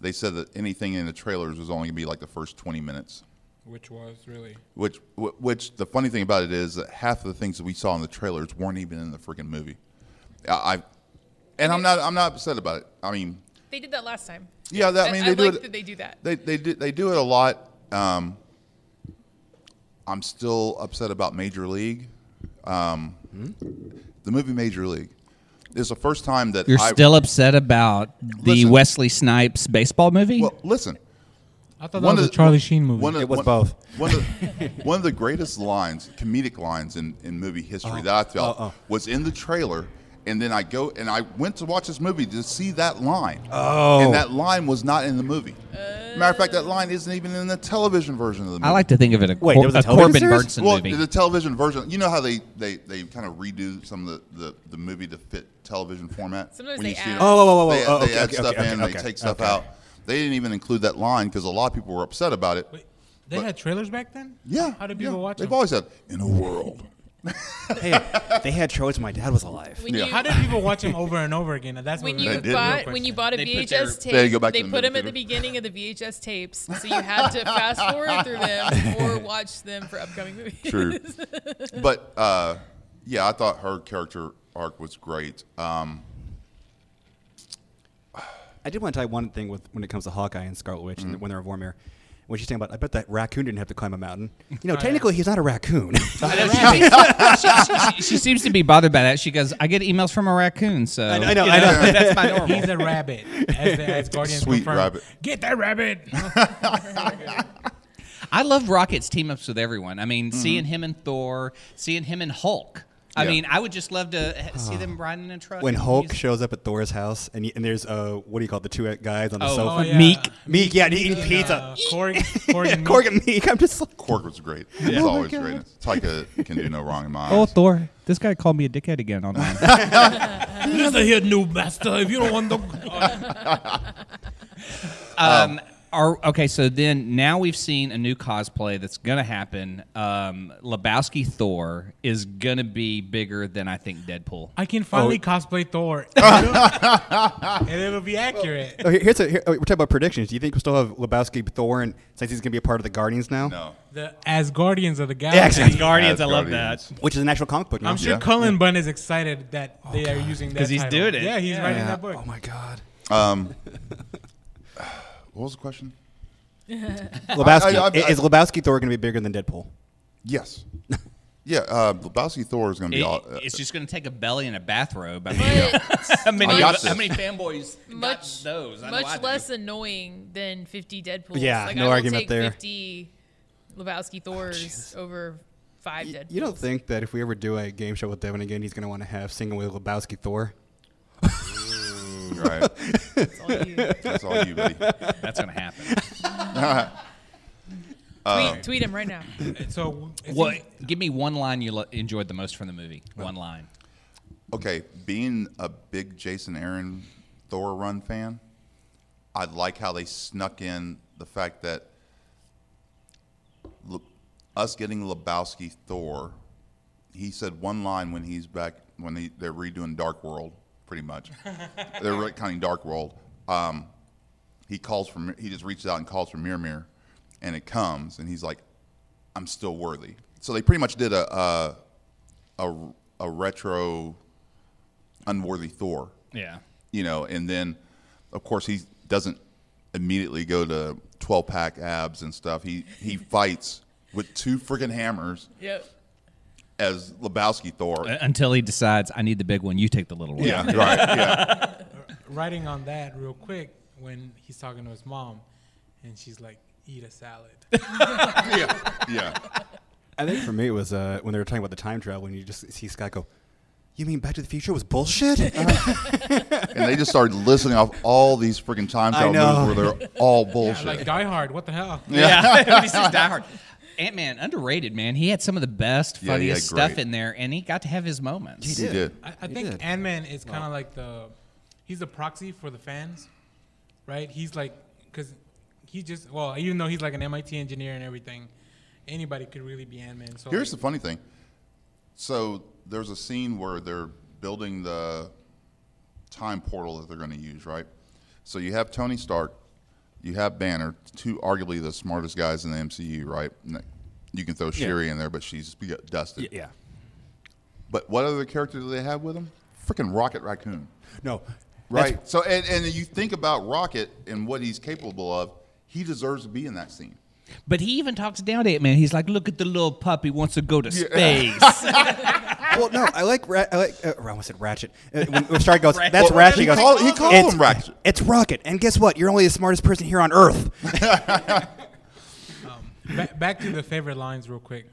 C: they said that anything in the trailers was only going to be like the first twenty minutes.
D: Which was really
C: Which, wh- which the funny thing about it is that half of the things that we saw in the trailers weren't even in the freaking movie. I, I and I'm not, I'm not upset about it. I mean,
E: They did that last time.
C: yeah, that, I mean, they do
E: like
C: it.
E: that they do that.
C: They they do, they do it a lot. Um, I'm still upset about Major League. Um, The movie Major League. It's the first time that
B: You're
C: I,
B: still upset about the
C: Listen.
B: Wesley Snipes baseball movie?
C: well. Listen,
D: I thought that was a Charlie Sheen movie.
C: of-
A: It was both.
C: One of, one of the greatest lines, comedic lines in, in movie history that I felt
A: oh, oh.
C: was in the trailer. And then I go and I went to watch this movie to see that line.
A: Oh.
C: And that line was not in the movie. Matter of fact, that line isn't even in the television version of the movie.
B: I like to think of it a,
A: Wait,
B: Cor-
A: there was a
B: a
A: television
B: Corbin
A: series?
B: Burnson
C: well,
B: movie.
C: the television version. You know how they, they, they kind of redo some of the, the, the movie to fit television format.
E: Sometimes
C: when you
E: they
C: see it.
E: add-
A: Oh, whoa, whoa, whoa,
C: They,
A: whoa,
C: they
A: okay,
C: add
A: okay,
C: stuff
A: okay,
C: in,
A: okay,
C: they take stuff
A: okay.
C: out. They didn't even include that line because a lot of people were upset about it.
D: Wait, they
C: But-
D: had trailers back then.
C: Yeah.
D: How did
C: yeah.
D: people watch
C: They've
D: them?
C: always had in a world.
A: hey, they had Troy's. My dad was alive.
E: When
C: Yeah.
E: you
D: How did people watch them over and over again? That's
E: when
D: what
E: you
C: They did.
E: bought when you bought a
B: They put
E: VHS
B: their-
E: tape,
C: They go back to
E: they
C: the
E: put them at
C: movie
E: the
C: theater.
E: beginning of the VHS tapes, so you had to fast forward through them or watch them for upcoming movies.
C: True. but uh, yeah, I thought her character arc was great. Um,
A: I did want to tell you one thing with when it comes to Hawkeye and Scarlet Witch and when they're in Vormir. When she's saying about, I bet that raccoon didn't have to climb a mountain. You know, technically, he's not a raccoon.
B: I know, she, seems, she, she- she seems to be bothered by that. She goes, "I get emails from a raccoon, so
A: I know, I know.
B: you that's my normal."
D: He's a rabbit, as, the, as Guardians
C: Sweet
D: confirmed.
C: rabbit.
D: Get that rabbit.
B: I love Rocket's team ups with everyone. I
A: Mm-hmm.
B: mean, seeing him and Thor, seeing him and Hulk. I
C: Yeah.
B: mean, I would just love to h- see them riding in a truck.
A: Ah. when
B: and
A: Hulk
B: music.
A: shows up at Thor's house and, y- and there's uh what do you call it, the two guys on the
B: Oh,
A: sofa?
D: oh, yeah.
B: Meek.
A: Meek, yeah, and eating
D: Uh,
A: pizza.
D: Korg, Korg, and
A: Cork and Meek. I'm just like,
C: Cork was great. It's
D: Oh
C: always great. It's Taika can do no wrong in my eyes.
B: Oh, Thor, this guy called me a dickhead again online.
D: Listen here, new master. If you don't want the,
B: um, are, okay, so then now we've seen a new cosplay that's going to happen. Um, Lebowski Thor is going to be bigger than I think Deadpool.
D: I can finally
C: Oh.
D: cosplay Thor, and it'll be accurate.
A: oh, here- here's a, here, oh, we're talking about predictions. Do you think we'll still have Lebowski Thor and since he's going to be a part of the Guardians now?
C: no.
D: The as Guardians of the
A: Yes,
D: Galaxy.
A: yes,
B: Guardians,
C: As
B: I love
C: Guardians.
B: that.
A: Which is an actual comic book now.
D: I'm sure
C: Yeah.
D: Cullen Bunn is excited that they are using that
B: 'Cause he's
D: title.
B: doing it.
D: Yeah, he's
B: Yeah.
D: writing
A: Yeah.
D: that book.
A: Oh, my God.
C: Um, what was the question?
A: Lebowski.
C: I- I-
A: is Lebowski Thor going to be bigger than Deadpool?
C: Yes. Yeah, uh, Lebowski Thor is going to be
B: It-
C: all. Uh,
B: it's just going to take a belly and a bathrobe. I mean,
E: But
B: how many,
C: I got
B: how
C: this.
B: many fanboys
E: much
B: got those? I know I
E: much
B: do.
E: less annoying than 50 Deadpools.
A: Yeah,
E: like,
A: no
E: I will
A: argument
E: take
A: there.
E: 50 Lebowski Thors over five
A: Y-
E: Deadpools.
A: You don't think that if we ever do a game show with Devin again, he's going to want to have singing with Lebowski Thor?
C: right.
E: It's all you. tweet,
C: uh, That's all you, buddy.
B: That's going to happen.
C: Uh,
E: tweet him right now.
D: So it
B: What?
D: seems-
B: Give me one line you lo- enjoyed the most from the movie. One line.
C: Okay, being a big Jason Aaron Thor run fan, I like how they snuck in the fact that Le- us getting Lebowski Thor. He said one line when he's back when he, they're redoing Dark World, pretty much. they're retconning Dark World. Um, he calls for Mi- he just reaches out and calls for Miramir, and it comes, and he's like, "I'm still worthy." So they pretty much did a a, a, a retro unworthy Thor,
B: Yeah.
C: you know, and then of course he doesn't immediately go to twelve pack abs and stuff. He he fights with two freaking hammers
E: Yep.
C: as Lebowski Thor.
B: Uh, Until he decides, I need the big one. You take the little one.
C: Yeah, right. Yeah,
D: writing on that real quick when he's talking to his mom, and she's like, "Eat a salad."
C: yeah, yeah.
A: I think for me, it was uh, when they were talking about the time travel, and you just see Scott go, You mean Back to the Future was bullshit? Uh,
C: and they just started listing off all these freaking time
A: I
C: travel
A: know.
C: movies where they're all
D: Yeah,
C: bullshit.
D: like Die Hard. What the hell?
B: Yeah, When he says Die Hard. Ant Man underrated man. He had some of the best,
C: Yeah, he had
B: funniest stuff
C: great.
B: in there, and he got to have his moments.
C: he did.
D: I, I
A: He
D: think
A: did.
D: Ant Man is kind of like the he's the proxy for the fans, right? He's like because he just well even though he's like an MIT engineer and everything, anybody could really be Ant Man. So
C: Here's the
D: like,
C: funny thing. So there's a scene where they're building the time portal that they're going to use, right? So you have Tony Stark, you have Banner, two arguably the smartest guys in the MCU, right? And that- You can throw Shuri in there, but she's we got dusted.
A: Y- yeah.
C: But what other character do they have with them? Freaking Rocket Raccoon.
A: No. that's-
C: Right. So and, and you think about Rocket and what he's capable of, he deserves to be in that scene.
B: But he even talks down to Ant Man. He's like, "Look at the little puppy wants to go to space."
A: well, no, I like. Ra- I like. Uh, I almost said Ratchet. Uh, when, when Stark goes, that's
C: Well,
A: Ratchet.
C: he
A: goes,
C: called- he called
A: "It's-
C: him Ratchet."
A: It's Rocket, and guess what? You're only the smartest person here on Earth.
D: ba- back to the favorite lines real quick.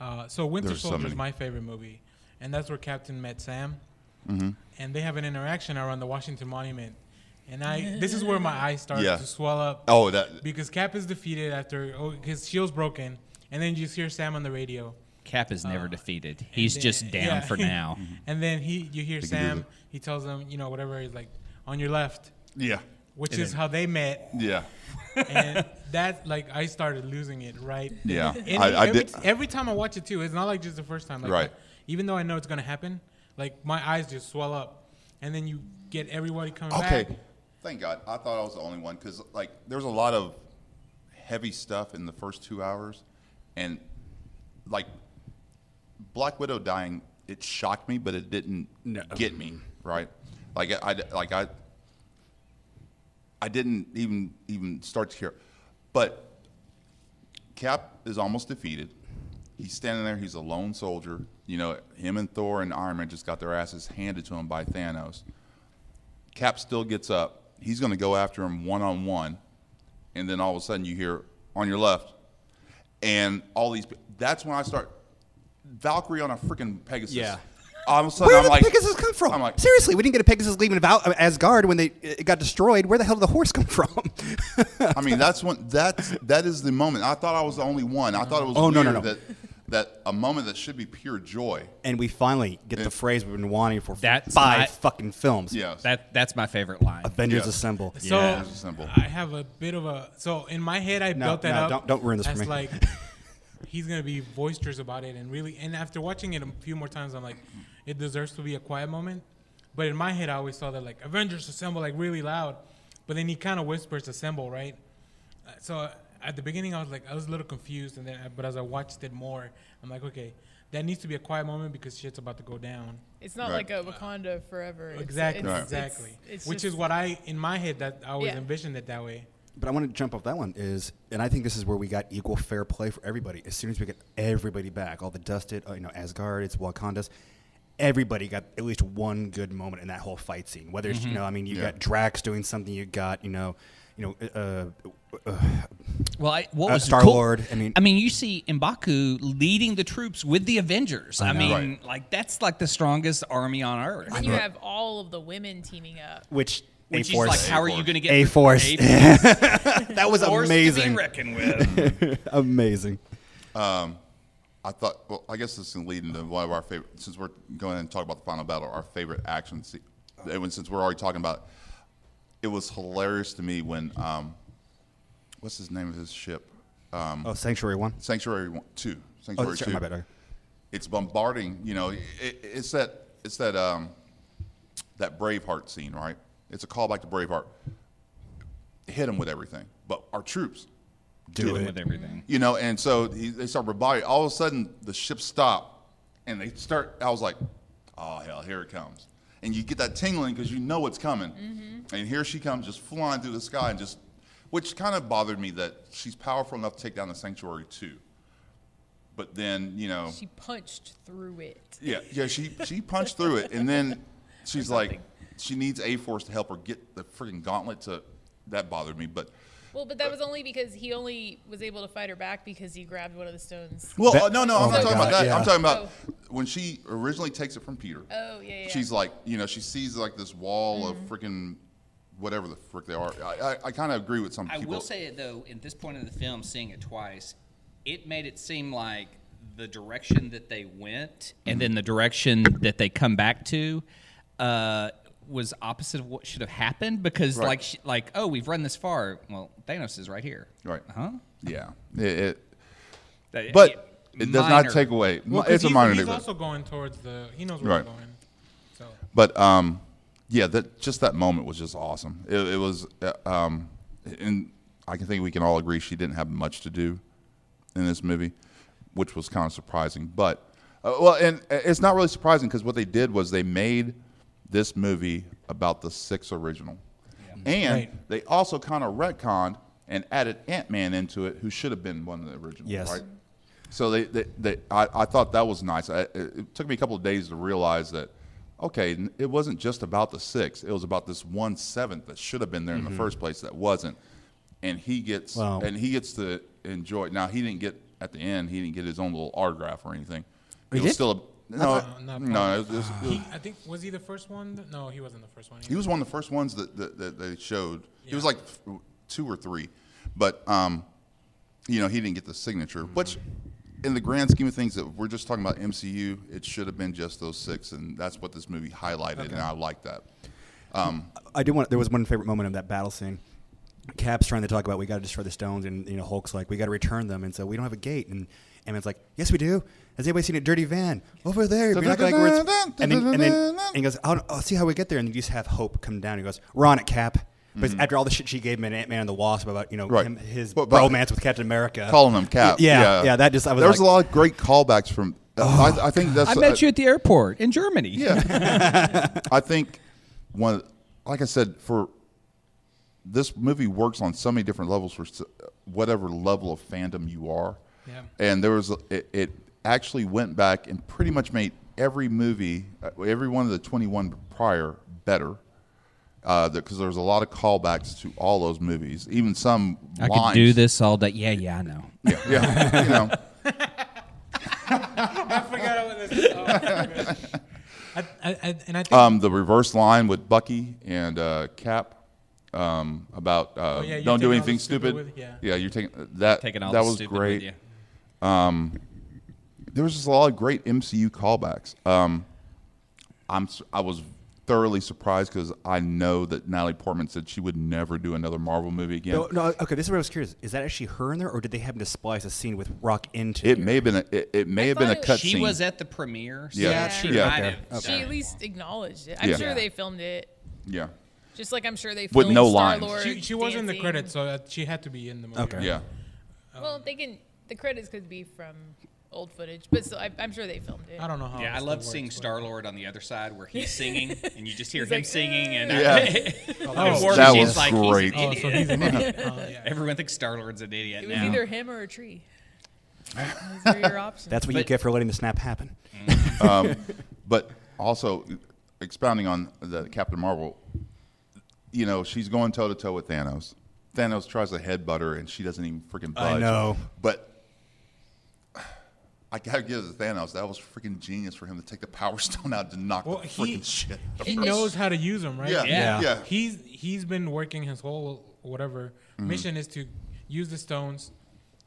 D: Uh, so Winter
C: There's so
D: Soldier
C: many.
D: is my favorite movie, and that's where Captain met Sam,
C: Mm-hmm.
D: and they have an interaction around the Washington Monument, and I this is where my eyes started
C: Yeah.
D: to swell up.
C: Oh, that
D: because Cap is defeated after oh, his shield's broken, and then you just hear Sam on the radio.
B: Cap is never defeated. He's
D: then-
B: just down
D: yeah.
B: for now.
D: And then he, you hear
C: They Mm-hmm. can do
D: Sam.
C: that.
D: He tells him, you know, whatever. He's like, on your left,
C: yeah.
D: which
B: And
D: is
B: then-
D: how they met.
C: Yeah.
D: And that, like, I started losing it right.
C: Yeah.
D: And
C: I, I
D: every,
C: did
D: every time I watch it too, it's not like just the first time. Like,
C: Right.
D: Even though I know it's gonna happen, like my eyes just swell up, and then you get everybody coming
C: Okay.
D: back.
C: Thank God. I thought I was the only one because like there's a lot of heavy stuff in the first two hours, and like Black Widow dying, it shocked me, but it didn't
A: No.
C: get me right. Like I I- like I I didn't even even start to care, but Cap is almost defeated. He's standing there. He's a lone soldier. You know, him and Thor and Iron Man just got their asses handed to him by Thanos. Cap still gets up. He's going to go after him one on one, and then all of a sudden you hear on your left, and all these. That's when I start Valkyrie on a freaking Pegasus.
A: Yeah.
C: All of a sudden
A: Where
C: I'm
A: did
C: like,
A: the Pegasus come from?
C: I'm like,
A: Seriously, we didn't get a Pegasus leaving about Asgard when they uh, it got destroyed. Where the hell did the horse come from?
C: I mean, that's when that's that is the moment. I thought I was the only one. I thought it was
A: Oh,
C: weird
A: no, no, no.
C: that that a moment that should be pure joy.
A: and we finally get the phrase we've been wanting for
B: That's
A: five
B: not-
A: fucking films.
C: Yes.
B: That that's my favorite line.
A: Avengers
C: Yeah.
A: Assemble.
D: So
B: Yeah.
C: It's simple.
D: I have a bit of a so in my head I
A: No,
D: built that
A: no,
D: up.
A: don't- don't ruin this for
D: as
A: me.
D: Like he's gonna be boisterous about it and really and after watching it a few more times I'm like it deserves to be a quiet moment. But in my head I always saw that like Avengers assemble like really loud, but then he kind of whispers assemble right. Uh, So at the beginning I was like I was a little confused and then uh, but as I watched it more I'm like okay that needs to be a quiet moment because shit's about to go down.
E: It's not
C: Right.
E: like a Wakanda forever. It's-
D: Exactly,
E: it's- it's-
D: exactly.
E: it's
D: Which is
E: just-
D: what I in my head that I always
E: Yeah.
D: envisioned it that way.
A: But I want to jump off that one is, and I think this is where we got equal fair play for everybody. As soon as we get everybody back, all the dusted, uh, you know, Asgard, it's Wakanda's, everybody got at least one good moment in that whole fight scene. Whether it's you know, I mean, you
C: Mm-hmm. Yeah.
A: got Drax doing something, you got you know, you know, uh, uh,
B: Well, I, what
A: Uh,
B: was
A: Star
B: cool-
A: Lord, I mean-
B: I mean, you see Mbaku leading the troops with the Avengers. I,
A: know.
B: mean,
C: Right.
B: like that's like the strongest army on earth.
E: And you have all of the women teaming up.
A: which
B: When
A: A
B: she's like,
A: Force,
B: how are you going to get
A: A Force.
B: A
A: that was
B: force to be
A: amazing,
B: reckoned with?
A: amazing.
C: I thought, well, I guess this can lead into one of our favorite, since we're going and talk about the final battle, our favorite action scene. And since we're already talking about, it was hilarious to me when, um, what's his name of his ship? Um,
A: Oh, Sanctuary One.
C: Sanctuary one, Two.
A: Oh,
C: Sanctuary
A: sorry,
C: Two.
A: my bad. okay.
C: It's bombarding. You know, it, it's that it's that um, that Braveheart scene, right? It's a callback to Braveheart. Hit them with everything, but our troops
B: Do it with everything.
C: you know, and so he, they start rebelling. All of a sudden, the ship stop, and they start. I was like, "Oh hell, here it comes!" And you get that tingling because you know it's coming. And here she comes, just flying through the sky, and just, which kind of bothered me that she's powerful enough to take down the sanctuary too. But then, you know,
E: She punched through it.
C: yeah, yeah, she she punched through it, and then she's like, she needs A Force to help her get the freaking gauntlet to. That bothered me, but
E: Well, but that was only because he only was able to fight her back because he grabbed one of the stones.
C: Well,
A: That-
C: uh, no, no,
A: Oh
C: I'm
A: my
C: not talking
A: God,
C: about that.
A: yeah.
B: Oh.
C: I'm talking about when she originally takes it from Peter,
E: Oh yeah, yeah.
C: she's like, you know, she sees like this wall
B: Mm-hmm.
C: of freaking whatever the frick they are. I, I, I kind of agree with some
B: I
C: people.
B: will say it though, at this point in the film, seeing it twice, it made it seem like the direction that they went and then the direction that they come back to uh, was opposite of what should have happened because
C: Right.
B: like she, like oh we've run this far well Thanos is right here
C: right?
B: huh
C: Yeah. It, it,
B: That-
C: but
B: yeah,
C: it does
B: minor.
C: not take away.
D: Well, 'cause
C: it's a
D: he's-
C: minor
D: He's
C: difference.
D: also going towards the. He knows where
C: Right.
D: he's going. So
C: But um, yeah, that just that moment was just awesome. It, it was, uh, um, and I can think we can all agree she didn't have much to do in this movie, which was kind of surprising. But uh, well, and uh, it's not really surprising because what they did was they made this movie about the six original, and
D: Right.
C: they also kind of retconned and added Ant Man into it, who should have been one of the original.
A: Yes.
C: Right? So they, they, they I, I thought that was nice. I, it, it took me a couple of days to realize that, okay, n- it wasn't just about the six. It was about this one seventh that should have been there in the first place that wasn't, and he gets
A: Mm-hmm. Wow.
C: and he gets to enjoy. it. Now he didn't get at the end. He didn't get his own little autograph or anything.
A: He
C: it was
A: did?
C: still a no, no. it
D: not
C: was- it was- it was-
D: he, I think was he the first one? that- No, he wasn't the first one.
C: he was one of the first ones that that, that they showed. He was like f- two or three, but um, you know he didn't get the signature.
A: Mm-hmm.
C: Which, in the grand scheme of things, that we're just talking about MCU, it should have been just those six, and that's what this movie highlighted, and I like that.
A: I do want. There was one favorite moment of that battle scene. Cap's trying to talk about we got to destroy the stones, and you know Hulk's like we got to return them, and so we don't have a gate, and and it's like yes we do. Has anybody seen a dirty van over there? You're not gonna like where it's- and then and then and he goes I'll, I'll see how we get there, and you just have Hope come down. And he goes we're on it, Cap. But after all the shit she gave him in Ant Man and the Wasp about you know
C: Mm-hmm. Right.
A: him, his
C: But- but-
A: romance with Captain America,
C: Calling him Cap.
A: Uh, Yeah, yeah, that just I was
C: there was
A: like,
C: a lot of great callbacks from. I, I think that's.
B: I met you at the airport in Germany
C: Yeah. I think one, like I said, for this movie works on so many different levels for s- whatever level of fandom you are.
D: Yeah.
C: And there was a- it, it actually went back and pretty much made every movie, uh, every one of the 21 prior better. uh, Because there was a lot of callbacks to all those movies, even some
B: I could
C: lines.
B: do this all day yeah yeah I know
C: Yeah, yeah, you know.
D: I forgot what this. Oh, okay. I, I, I, and I think.
C: Um, the reverse line with Bucky and uh, Cap um, about uh,
D: Oh, yeah,
C: don't do
D: you're taking all the
C: anything
D: stupid
C: stupid.
D: with- yeah.
C: you're taking that.
B: taking all
C: that
B: the
C: was
B: stupid
C: great.
B: with you.
C: There was just a lot of great MCU callbacks. Um, I'm s- I was thoroughly surprised because I know that Natalie Portman said she would never do another Marvel movie again.
A: No, no, okay. This is what I was curious. Is that actually her in there, or did they happen to splice a scene with Rock into?
C: It may have been a, it, it may
E: I
C: have been a
E: thought it-
C: cut
B: she
C: scene.
B: was at the premiere so
C: Yeah.
E: Yeah,
B: she
E: true.
B: might
A: Okay.
B: have
E: she at least acknowledged it. I'm
C: Yeah.
E: sure
C: Yeah.
E: they filmed it,
C: yeah,
E: just like I'm sure they
C: With
E: filmed
C: no lines.
E: Star-Lord
D: she she was in the
E: dancing.
D: credits, so uh, she had to be in the movie.
A: Okay.
C: yeah.
E: Well, they can. The credits could be from old footage, but so I, I'm sure they filmed it.
D: I don't know how.
B: Yeah, I
D: this
B: love
D: works,
B: seeing
D: but-
B: Star Lord on the other side where he's singing, and you just hear
E: He's
B: him
E: like,
B: singing, and
C: Yeah.
D: was-
B: Or
C: Oh, that
B: she's
C: was
B: like, he's an
C: great.
D: Oh,
B: idiot.
D: so he's in it. Oh, yeah.
B: Everyone thinks Star Lord's an idiot
E: It was
B: now.
E: either him or a tree. Those were your options.
A: That's what you
B: But-
A: get for letting the snap happen.
C: But also, expounding on the Captain Marvel, you know, she's going toe to toe with Thanos. Thanos tries to headbutt her, and she doesn't even freaking budge.
A: I know.
C: But I gotta give it to Thanos. That was freaking genius for him to take the Power Stone out to knock
D: Well,
C: the
D: he-
C: freaking shit. out of
D: He
C: her.
D: knows how to use them, right?
C: Yeah, yeah,
B: Yeah.
C: yeah.
D: He's he's been working his whole whatever
C: Mm-hmm.
D: mission is to use the stones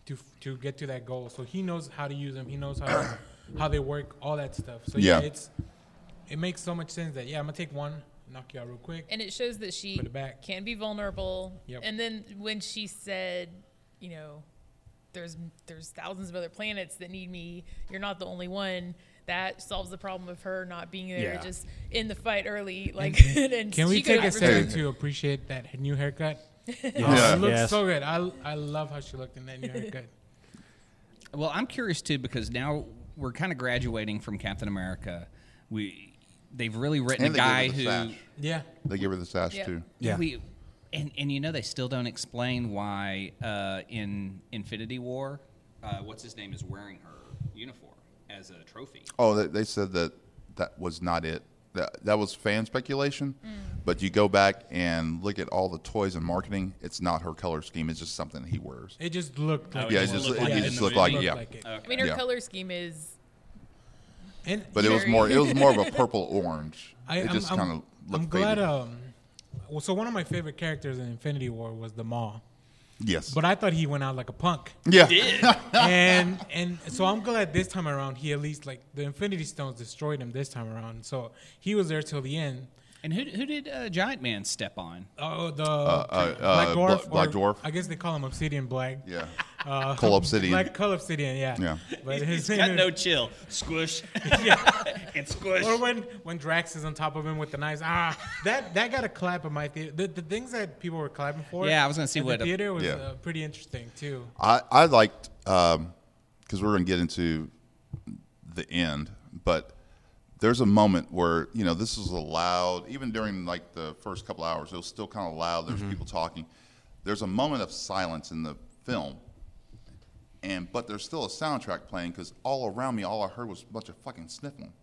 D: to to get to that goal. So he knows how to use them. He knows how how they work, all that stuff. So yeah,
C: Yeah.
D: it's it makes so much sense that yeah, I'm gonna take one, knock you out real quick.
E: and it shows that she
D: Put it back.
E: can be vulnerable.
D: Yep.
E: And then when she said, you know, there's there's thousands of other planets that need me. You're not the only one. That solves the problem of her not being there,
A: Yeah.
E: just in the fight early. Like,
D: Can
E: and, she
D: we
E: could
D: take a
E: have
D: second
E: remembered-
D: to appreciate that new haircut?
A: Yes.
D: It looks
A: Yes.
D: so good. I I love how she looked in that new haircut.
B: Well, I'm curious too because now we're kind of graduating from Captain America. We they've really written
C: And
B: a
C: they
B: guy
C: give her the
B: who
C: sash.
D: Yeah.
C: They give her the sash
E: Yeah.
C: too.
A: Yeah.
B: we and and you know they still don't explain why uh, in Infinity War, uh, what's his name is wearing her uniform as a trophy.
C: Oh, they, they said that that was not it. That, that was fan speculation, but you go back and look at all the toys and marketing. It's not her color scheme. It's just something he wears.
D: It just looked like
B: it
C: yeah,
B: just
C: it just,
B: looked
C: it
B: like it in
C: just
B: the
C: looked
B: movie.
C: like yeah.
E: I mean, her
C: Yeah.
E: color scheme is
D: And
C: But it was
E: Very-
C: more it was more of a purple orange.
D: I,
C: it
D: I'm-
C: just
D: I'm,
C: kind of looked
D: I'm glad.
C: faded.
D: Um, well, so one of my favorite characters in Infinity War was the Maw,
C: yes.
D: but I thought he went out like a punk.
C: yeah.
D: and and so I'm glad this time around he at least like the Infinity Stones destroyed him this time around. So he was there till the end.
B: And who, who did uh, Giant Man step on?
D: Oh, the
C: uh,
D: Black
C: uh,
D: Dwarf.
C: Bla- Black
D: or-
C: Dwarf.
D: I guess they call him Obsidian Black.
C: yeah.
D: Uh,
C: Call Obsidian.
D: Black Call Obsidian. Yeah.
C: Yeah.
D: But
B: He's
D: his
B: got no chill. Squish
D: yeah.
B: and squish.
D: Or when, when Drax is on top of him with the knives, ah, that that got a clap in my theater. The, the things that people were clapping for.
B: Yeah, I was gonna see
D: at
B: what-
D: the theater was
C: Yeah.
D: uh, pretty interesting too.
C: I, I liked because we're going to get into the end, but there's a moment where you know this was a loud, even during like the first couple hours, it was still kind of loud. There's people talking. There's a moment of silence in the film, and but there's still a soundtrack playing because all around me, all I heard was a bunch of fucking sniffling.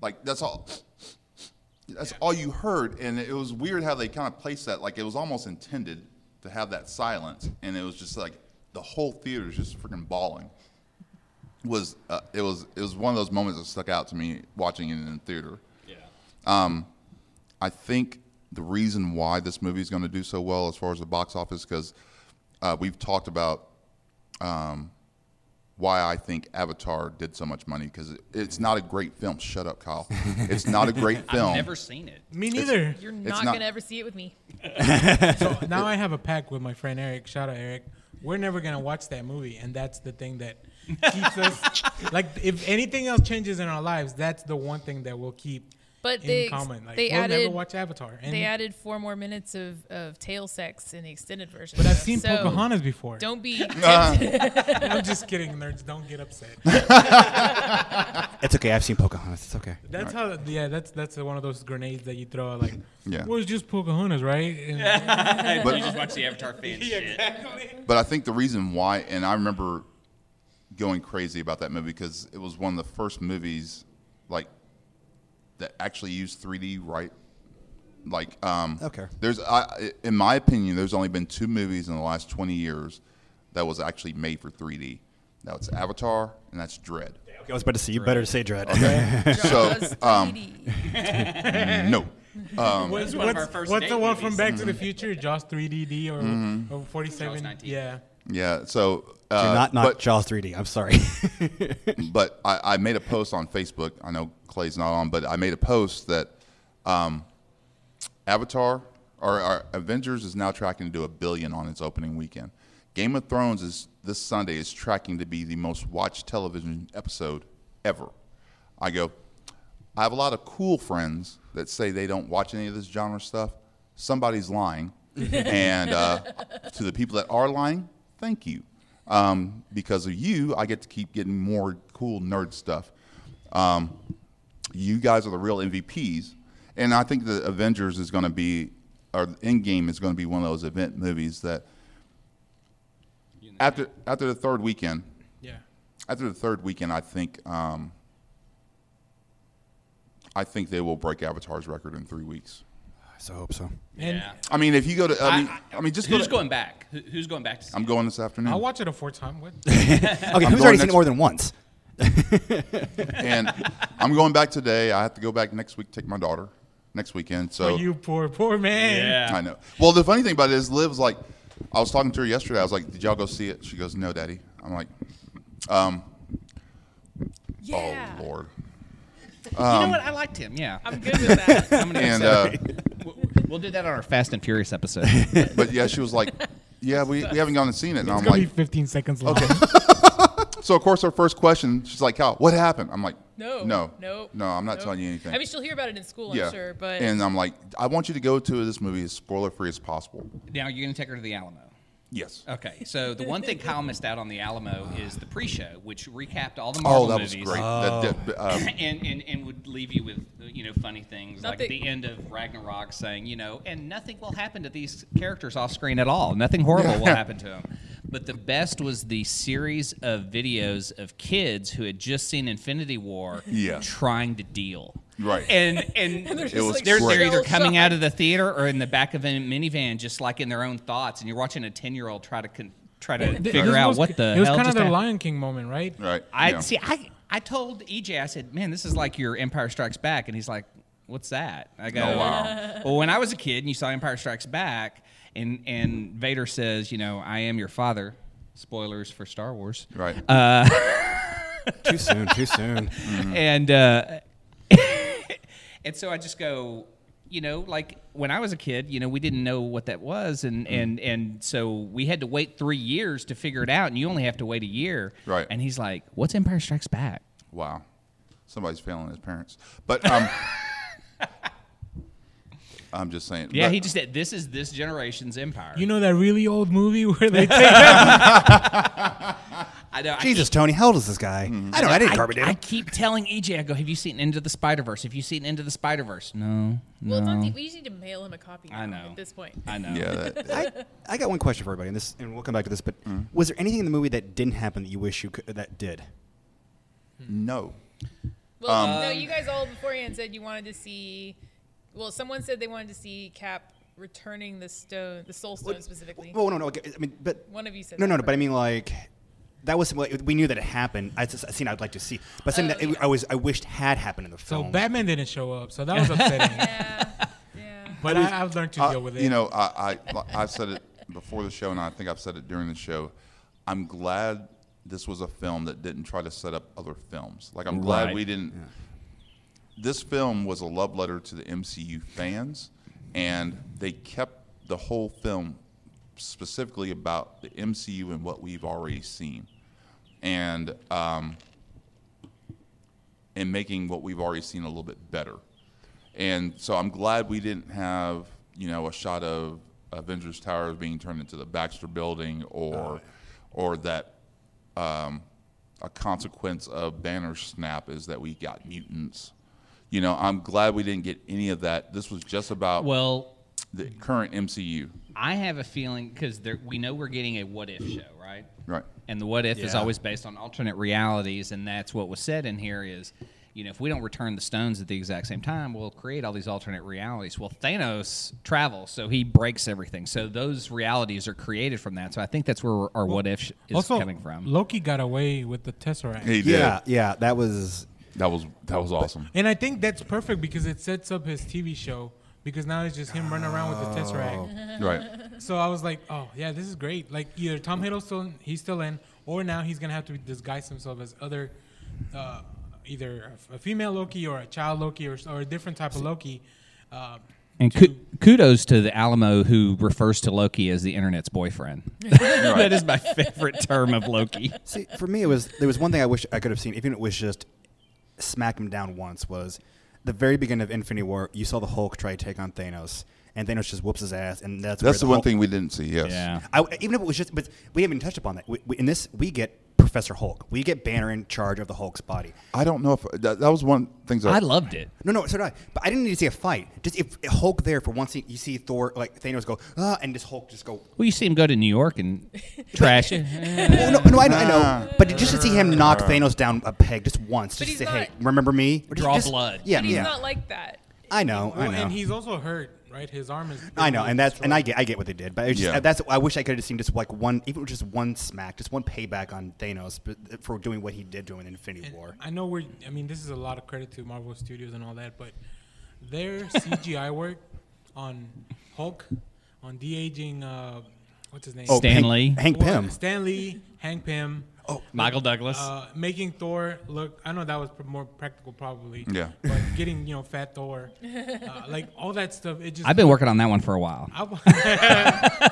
C: like that's all. That's all you heard, and it was weird how they kind of placed that. Like it was almost intended to have that silence, and it was just like the whole theater was just freaking bawling. Was uh, it was it was one of those moments that stuck out to me watching it in the theater.
B: yeah.
C: I think the reason why this movie is going to do so well as far as the box office because uh, we've talked about um, why I think Avatar did so much money because it, it's not a great film. Shut up, Kyle. It's not a great
B: I've
C: film.
B: never seen it.
D: Me neither.
E: You're not,
C: not-
E: gonna ever see it with me.
D: So now I have a pact with my friend Eric. Shout out Eric. We're never gonna watch that movie, and that's the thing that keeps us. Like, if anything else changes in our lives, that's the one thing that we'll keep
E: But
D: in
E: they-
D: common. Like,
E: they
D: we'll never
E: added-
D: watch Avatar. And,
E: They added four more minutes of, of tail sex in the extended version.
D: but I've seen
E: so
D: Pocahontas before.
E: Don't be.
D: I'm just kidding, nerds. Don't get upset.
A: It's okay. I've seen Pocahontas. It's okay.
D: That's how. Yeah, that's that's one of those grenades that you throw. Like,
C: Yeah.
D: well, it's just Pocahontas, right? And-
B: But you just watch the Avatar fan shit.
C: But I think the reason why, and I remember going crazy about that movie because it was one of the first movies, like that actually used 3D, right? Like, um,
A: Okay.
C: There's, I, in my opinion, there's only been two movies in the last 20 years that was actually made for 3D. Now it's Avatar and that's Dread.
A: Okay, I was about to say you better say Dread.
C: So,
E: Jaws 3D.
C: no, Um,
D: what's
B: one of
D: what's-
B: our first
D: what's the
B: date
D: one from
B: movies.
D: Back
C: Mm-hmm.
D: to the Future? Jaws 3DD or, or 47?
B: Jaws 19.
D: Yeah.
C: yeah. So uh,
A: Do not knock
C: but-
A: Jaws 3D. I'm sorry.
C: but I, I made a post on Facebook. I know Clay's not on, but I made a post that um, Avatar or, or Avengers is now tracking to do a billion on its opening weekend. Game of Thrones is this Sunday is tracking to be the most watched television episode ever. I go. I have a lot of cool friends that say they don't watch any of this genre stuff. Somebody's lying, and uh, to the people that are lying, thank you. Um, because of you, I get to keep getting more cool nerd stuff. Um, you guys are the real MVPs, and I think the Avengers is going to be, or Endgame is going to be one of those event movies that after after the third weekend,
D: Yeah.
C: after the third weekend, I think um, I think they will break Avatar's record in three weeks.
A: so I hope so.
D: And
B: yeah.
C: I mean, if you go to, I mean,
B: I-
C: I, mean just go
B: Who's
C: to-
B: going back? Who, who's going back to see
C: I'm
B: it?
C: going this afternoon,
D: I'll watch it a fourth time. What?
A: Okay, who's
C: going
A: already seen
C: next-
A: it more than once?
C: and I'm going back today. I have to go back next week. Take my daughter next weekend. So
D: Oh, you poor, poor man.
B: Yeah.
C: I know. Well, the funny thing about it is, Liv's like, I was talking to her yesterday. I was like, "Did y'all go see it?" She goes, "No, Daddy." I'm like, um,
E: Yeah.
C: "Oh Lord."
B: you know what? I liked him. Yeah.
E: I'm good with that.
B: I'm gonna go
C: um, And
B: see it.
C: uh,
B: We'll- we'll do that on our Fast and Furious episode.
C: but yeah, she was like, "Yeah, we, we haven't gone and seen it." And
D: It's
C: I'm
D: gonna
C: like,
D: be 15 seconds long.
C: So of course, her first question, she's like, "Kyle, what happened?" I'm like,
E: No.
C: no,
E: No.
C: no, I'm not
E: no.
C: telling you anything."
E: I mean, she'll hear about it in school,
C: yeah,
E: I'm sure, but
C: and I'm like, "I want you to go to this movie as spoiler free as possible."
B: now you're gonna take her to the Alamo.
C: Yes.
B: Okay, so the one thing Kyle missed out on the Alamo is the pre-show, which recapped all the
C: Oh,
B: Marvel
C: that was
B: movies.
C: great. That- that- uh,
B: And, and and would leave you with you know funny things like at
E: Nothing-
B: the end of Ragnarok saying you know and nothing will happen to these characters off screen at all nothing horrible will happen to them but the best was the series of videos of kids who had just seen Infinity War
C: Yeah.
B: trying to deal
C: Right.
B: and and,
E: they're
C: It was
B: they're, they're
C: great.
B: either coming
E: shell-shocked.
B: out of the theater or in the back of a minivan, just like in their own thoughts, and you're watching a ten year old try to con- try to
D: Th-
B: figure
D: this
B: out
D: was-
B: what the
D: It was
B: hell
D: kind of
B: just
D: the
B: happened.
D: Lion King moment, right?
C: uh, right.
B: I
C: yeah.
B: see. I I told EJ, I said, "Man, this is like your Empire Strikes Back," and he's like, "What's that?" I go,
C: Oh, wow.
B: Well, when I was a kid, and you saw Empire Strikes Back, and and Vader says, "You know, I am your father." Spoilers for Star Wars.
C: Right.
A: too soon, too soon.
B: and uh, and so I just go, you know, like when I was a kid, you know, we didn't know what that was, and
C: Mm.
B: and and so we had to wait three years to figure it out, and you only have to wait a year,
C: Right.
B: And he's like, "What's Empire Strikes Back?"
C: wow. Somebody's failing his parents. But um, I'm just saying.
B: Yeah,
C: but-
B: he just said, "This is this generation's Empire."
D: You know that really old movie where they take
B: I know. I
A: Jesus, Tony, how old is this guy? I don't. know. Mm-hmm. I didn't
B: I, I
A: carbonate.
B: keep telling EJ, I go, "Have you seen Into the Spider Verse? Have you seen Into the Spider Verse?" No,
E: Well, it's
B: no.
E: on the, we just need to mail him a copy.
B: I
E: now
B: know.
E: At this point,
B: I know.
C: Yeah. That,
A: I, I got one question for everybody, and this, and we'll come back to this. But was there anything in the movie that didn't happen that you wish you could, that did?
C: no.
E: well,
C: Um,
E: no, you guys all beforehand said you wanted to see. Well, someone said they wanted to see Cap returning the stone, the Soul Stone specifically.
A: Well, no, no. okay, I mean, but
E: One of you said
A: no,
E: that
A: no, no. But I
E: first.
A: mean, like that was like, we knew that it happened. I just, a scene I'd like to see, but something
E: Oh,
A: that it-
E: yeah.
A: I was I wished had happened in the
D: so
A: film.
D: Batman didn't show up, so that was upsetting.
E: yeah, yeah.
D: but I, I've learned to
C: I-
D: deal with it.
C: uh, You know, I, I I've said it before the show, and I think I've said it during the show. I'm glad this was a film that didn't try to set up other films. Like I'm glad
B: Right.
C: we didn't. This film was a love letter to the MCU fans, and they kept the whole film specifically about the MCU and what we've already seen, and um, and making what we've already seen a little bit better. And so I'm glad we didn't have, you know, a shot of Avengers Tower being turned into the Baxter Building or, or that um, a consequence of Banner snap is that we got mutants. You know, I'm glad we didn't get any of that. This was just about
B: Well,
C: the current MCU,
B: I have a feeling because we know we're getting a what if show, right?
C: right?
B: And the what if is
A: Yeah.
B: always based on alternate realities, and that's what was said in here is, you know, if we don't return the stones at the exact same time, we'll create all these alternate realities. Well, Thanos travels, so he breaks everything. So those realities are created from that. So I think that's where our what if sh- is
D: also,
B: coming from.
D: Loki got away with the Tesseract.
C: He did.
A: yeah, yeah, that was.
C: That was that was awesome.
D: And I think that's perfect because it sets up his TV show because now it's just him running around with the Tesseract.
C: Right.
D: So I was like, oh, yeah, this is great. Like, either Tom Hiddleston, he's still in, or now he's going to have to disguise himself as other, uh, either a female Loki or a child Loki or, or a different type of Loki. Uh,
B: and ku- kudos to the Alamo who refers to Loki as the internet's boyfriend. that is my favorite term of Loki.
A: See, for me, it was there was one thing I wish I could have seen, even if it was just smack him down once. Was the very beginning of Infinity War, you saw the Hulk try to take on Thanos, and Thanos just whoops his ass, and that's where
C: That's the one
A: Hulk-
C: thing we didn't see. Yes.
B: Yeah.
A: I, even if it was just, but we haven't even touched upon that. We, we, in this, we get Professor Hulk. We get Banner in charge of the Hulk's body.
C: I don't know if that, that was one things
B: I
C: that
B: loved it.
A: No, no, so did I. But I didn't need to see a fight. Just if Hulk there for once, you see Thor, like Thanos go, ah, and just Hulk just go.
B: Well, you see him go to New York and trash it.
A: Oh, no, no, I know, I
C: Ah.
A: know. But just to see him knock Thanos down a peg just once,
E: But
A: just to
E: he's
A: say,
E: not-
A: hey, remember me? Or just-
B: Draw
A: just-
B: blood.
A: Yeah,
E: But he's
A: yeah.
E: not like that.
A: I know, I
D: well,
A: know.
D: oh, and he's also hurt, right? His arm is.
A: I know, and that's and I get I get what they did, but it's just,
C: Yeah.
A: that's I wish I could have seen just like one, even just one smack, just one payback on Thanos but- for doing what he did to him in Infinity
D: And
A: War.
D: I know we're. I mean, this is a lot of credit to Marvel Studios and all that, but their CGI work on Hulk, on de aging, uh, what's his name?
A: Oh,
B: Stan
A: Hank-
B: Lee.
A: Hank Pym. Oh.
D: Stanley, Hank Pym.
B: Michael Douglas.
D: Uh, making Thor look. I know that was pr- more practical, probably.
C: Yeah.
D: But getting you know fat Thor, uh, like all that stuff. It just.
B: I've been working on that one for a while.
D: I, wa-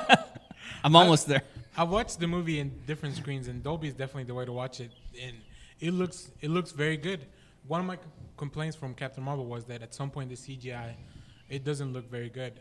B: I'm almost there.
D: I watched the movie in different screens, and Dolby is definitely the way to watch it. And it looks it looks very good. One of my c- complaints from Captain Marvel was that at some point the CGI, it doesn't look very good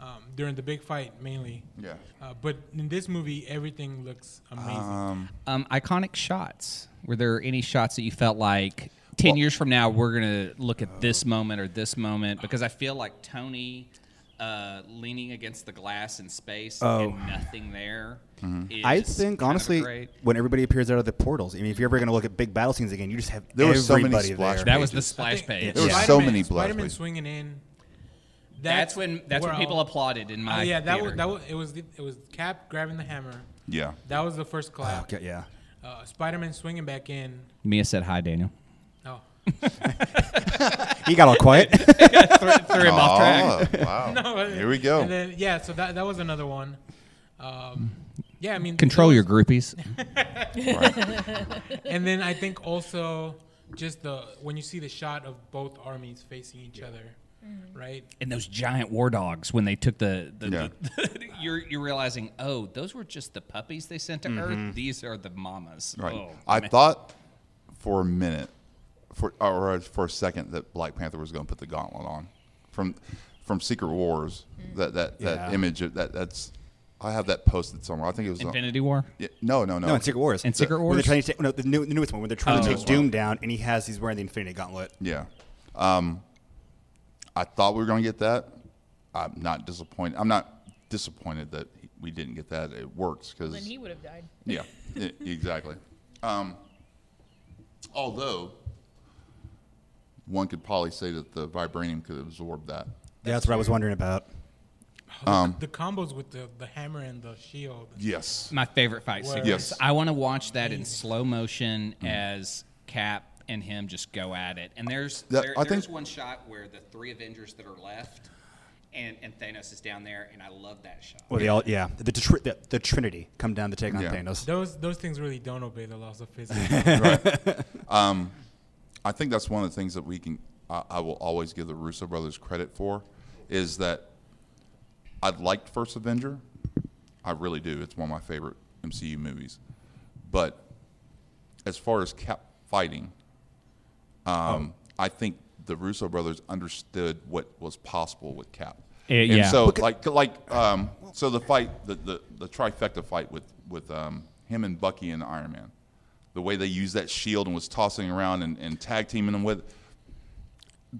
D: um, during the big fight mainly.
C: Yeah.
D: Uh, but in this movie, everything looks amazing.
C: Uh,
B: Um, iconic shots. Were there any shots that you felt like ten
C: Well-
B: years from now we're gonna look at this moment or this moment? Because I feel like Tony uh, leaning against the glass in space and nothing there. is
A: Oh. I
B: kind of
A: think honestly,
B: great.
A: when everybody appears out of the portals, I mean, if you're ever going to look at big battle scenes again, you just have
C: There were so many
A: everybody
C: splash
A: there.
B: that was the
C: pages.
D: I
B: splash
D: think
B: page.
C: There was
A: Yeah.
C: so many black
D: Spider-Man
C: plates.
D: swinging in.
B: That's when that's
D: where
B: when people
D: I'll-
B: applauded in my
D: Uh, yeah, that
B: theater.
D: was, that was it was the- it was Cap grabbing the hammer.
C: Yeah.
D: That was the first clap.
A: Okay, yeah.
D: uh, Spider-Man swinging back in.
B: Mia said hi, Daniel.
D: Oh,
A: He got all quiet.
B: Threw him off track.
C: Oh, wow. Here we go.
D: And then yeah, so that that was another one. Um, yeah, I mean
B: Control your groupies.
D: And then I think also just the when you see the shot of both armies facing each other,
E: Mm-hmm.
D: right?
B: and those giant war dogs when they took the, the,
C: Yeah.
B: the- you're you're realizing oh those were just the puppies they sent to
D: Mm-hmm.
B: Earth these are the mamas
C: Right.
B: Oh,
C: I
B: man.
C: thought for a minute, for or for a second, that Black Panther was going to put the gauntlet on from from Secret Wars. That that
A: Yeah.
C: that image of that that's I have that posted somewhere. I think it was on-
B: Infinity War
C: Yeah, no, no, no.
A: No, in Secret Wars.
B: In Secret
A: When
B: Wars?
A: they're trying to take, no, the, new, the newest one, when they're trying
B: Oh.
A: to take Doom down, and he has he's wearing the Infinity Gauntlet.
C: Yeah. Um, I thought we were going to get that. I'm not disappointed. I'm not disappointed that we didn't get that. It works because
E: Then he would have died.
C: Yeah, e- exactly. Um, although, one could probably say that the vibranium could absorb that.
A: That's, what I was wondering about.
D: the combos with the, the hammer and the shield.
C: Um, Yes.
B: my favorite fight
D: Word.
B: sequence
C: Yes.
B: I want to watch that in slow motion as Cap and him just go at it and there's
C: That-
B: there-
C: I
B: there's
C: think-
B: one shot where the three Avengers that are left and and Thanos is down there and I love that shot
A: Well, they all, yeah, the, tr- the the Trinity come down to take on
C: Yeah.
A: Thanos.
D: Those those things really don't obey the laws of physics.
C: I think that's one of the things that we can. I, I will always give the Russo brothers credit for, is that I liked First Avenger. I really do. It's one of my favorite MCU movies. But as far as Cap fighting, um, I think the Russo brothers understood what was possible with Cap.
B: Eh,
C: and
B: yeah.
C: so like like um, so the fight the, the, the trifecta fight with with um, him and Bucky and Iron Man, the way they used that shield and was tossing around and, and tag teaming them with,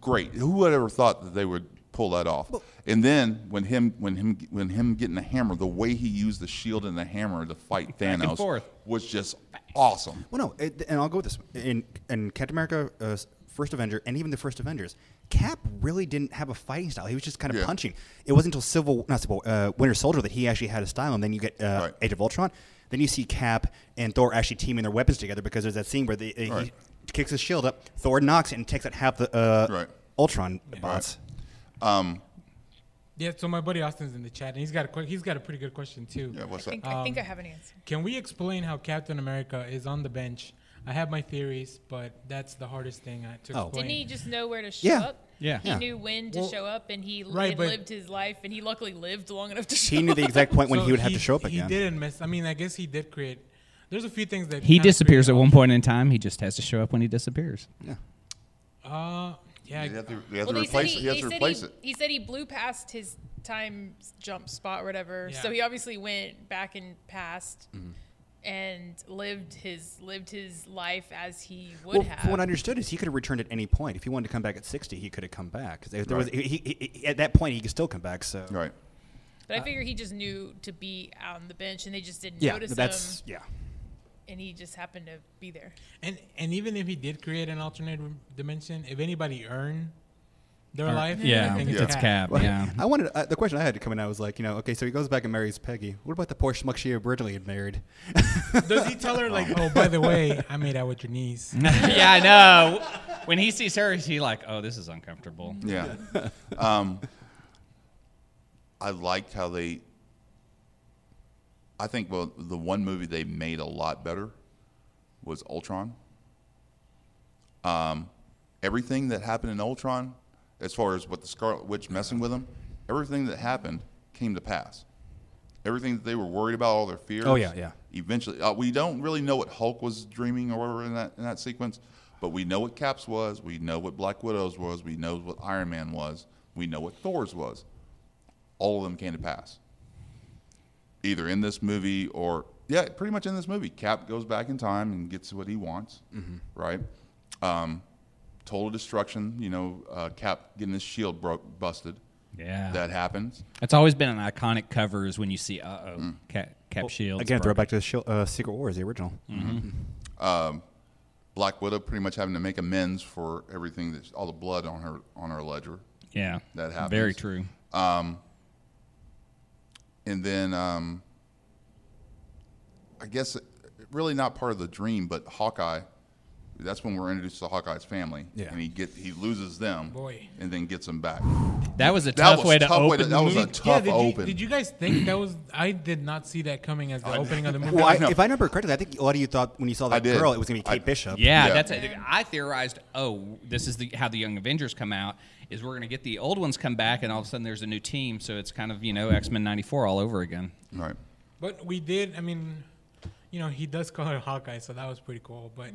C: great. Who would ever thought that they would pull that off? And then when him when him when him getting the hammer, the way he used the shield and the hammer to fight
B: and
C: Thanos
B: forth.
C: was just awesome.
A: Well, no, it, and I'll go with this. In in Captain America, uh, First Avenger, and even the First Avengers, Cap really didn't have a fighting style. He was just kind of
C: Yeah.
A: punching. It wasn't until Civil, not Civil, uh, Winter Soldier that he actually had a style. And then you get uh,
C: Right.
A: Age of Ultron. Then you see Cap and Thor actually teaming their weapons together because there's that scene where they, uh,
C: Right.
A: he kicks his shield up, Thor knocks it and takes out half the uh,
C: Right.
A: Ultron bots.
D: yeah. So my buddy Austin's in the chat, and he's got a que- he's got a pretty good question too.
C: Yeah,
E: I
C: what's that?
E: think, I think I have an answer.
D: Can we explain how Captain America is on the bench? I have my theories, but that's the hardest thing I, to
A: Oh.
D: explain.
E: Didn't he just know where to show
A: Yeah.
E: up?
B: Yeah.
E: He
A: Yeah.
E: knew when to
D: Well,
E: show up, and he l-
D: right,
E: had
D: but-
E: lived his life, and he luckily lived long enough to show
A: He knew the
E: up.
A: exact point when
D: So
A: he would have to show up
D: He
A: again.
D: didn't miss. I mean, I guess he did create. There's a few things that
B: he
D: kinda
B: disappears at
D: created-
B: one point in time he just has to show up when he disappears
A: Yeah.
D: Uh, yeah.
C: You have to, you have
E: Well,
C: to
E: they said
C: replace
E: he,
C: it. You have
E: they
C: to
E: said
C: replace
E: he,
C: it.
E: he said he blew past his time s- jump spot or whatever.
D: Yeah.
E: So he obviously went back and past and lived his lived his life as he would
A: Well,
E: have.
A: from what I understood is he could have returned at any point. If he wanted to come back at 60, he could have come back. 'Cause if there was, he, he, he- at that point, he could still come back. So
C: Right.
E: but I figure he just knew to be on the bench, and they just didn't
A: yeah,
E: notice
A: that's
E: him,
A: yeah.
E: and he just happened to be there.
D: And and even if he did create an alternate dimension, if anybody earned their life, I think
B: it's
D: Cap.
B: Cap
A: Well,
B: yeah
A: I wanted uh, the question I had to come in. I was like, you know, okay, so he goes back and marries Peggy. What about the poor schmuck she originally had married?
D: Does he tell her like, oh, by the way, I made out with your niece?
B: yeah, I know. When he sees her, he's like, "Oh, this is uncomfortable."
C: Yeah. um, I liked how they. I think well, the one movie they made a lot better was Ultron. Um, everything that happened in Ultron, as far as what the Scarlet Witch messing with them, everything that happened came to pass. Everything that they were worried about, all their fears.
A: Oh, yeah, yeah.
C: Eventually, uh, we don't really know what Hulk was dreaming or whatever in that in that sequence, but we know what Cap's was. We know what Black Widow's was. We know what Iron Man was. We know what Thor's was. All of them came to pass. Either in this movie or yeah, pretty much in this movie, Cap goes back in time and gets what he wants, right? Um, total destruction. You know, uh, Cap getting his shield broke, busted.
B: Yeah,
C: That happens.
B: it's always been an iconic cover is when you see, "Uh oh,
C: Mm.
B: Cap, Cap Shields."
A: Again,
B: bro.
A: throwback to the shil- uh, Secret Wars, the original.
C: Black Widow pretty much having to make amends for everything that's all the blood on her on her ledger,
B: Yeah,
C: That happens.
B: Very true.
C: and then um, I guess really not part of the dream, but Hawkeye. That's when we're introduced to Hawkeye's family,
A: Yeah.
C: and he get he loses them,
D: Boy.
C: and then gets them back.
B: That was a
C: That
B: tough
C: was
B: way to
C: tough
B: open.
C: way to-
B: the
C: that was
B: movie.
C: a tough
D: did
C: open.
D: You, did you guys think that was? I did not see that coming as the opening of the movie.
A: Well, I,
C: No.
A: if I remember correctly, I think a lot of you thought when you saw that
C: did.
A: girl, it was going to be
C: I-
A: Kate Bishop.
B: Yeah,
C: Yeah.
B: that's it. I theorized, oh, this is the how the Young Avengers come out is we're going to get the old ones come back, and all of a sudden there's a new team, so it's kind of you know X Men '94 all over again.
C: Right.
D: But we did. I mean, you know, he does call her Hawkeye, so that was pretty cool. But,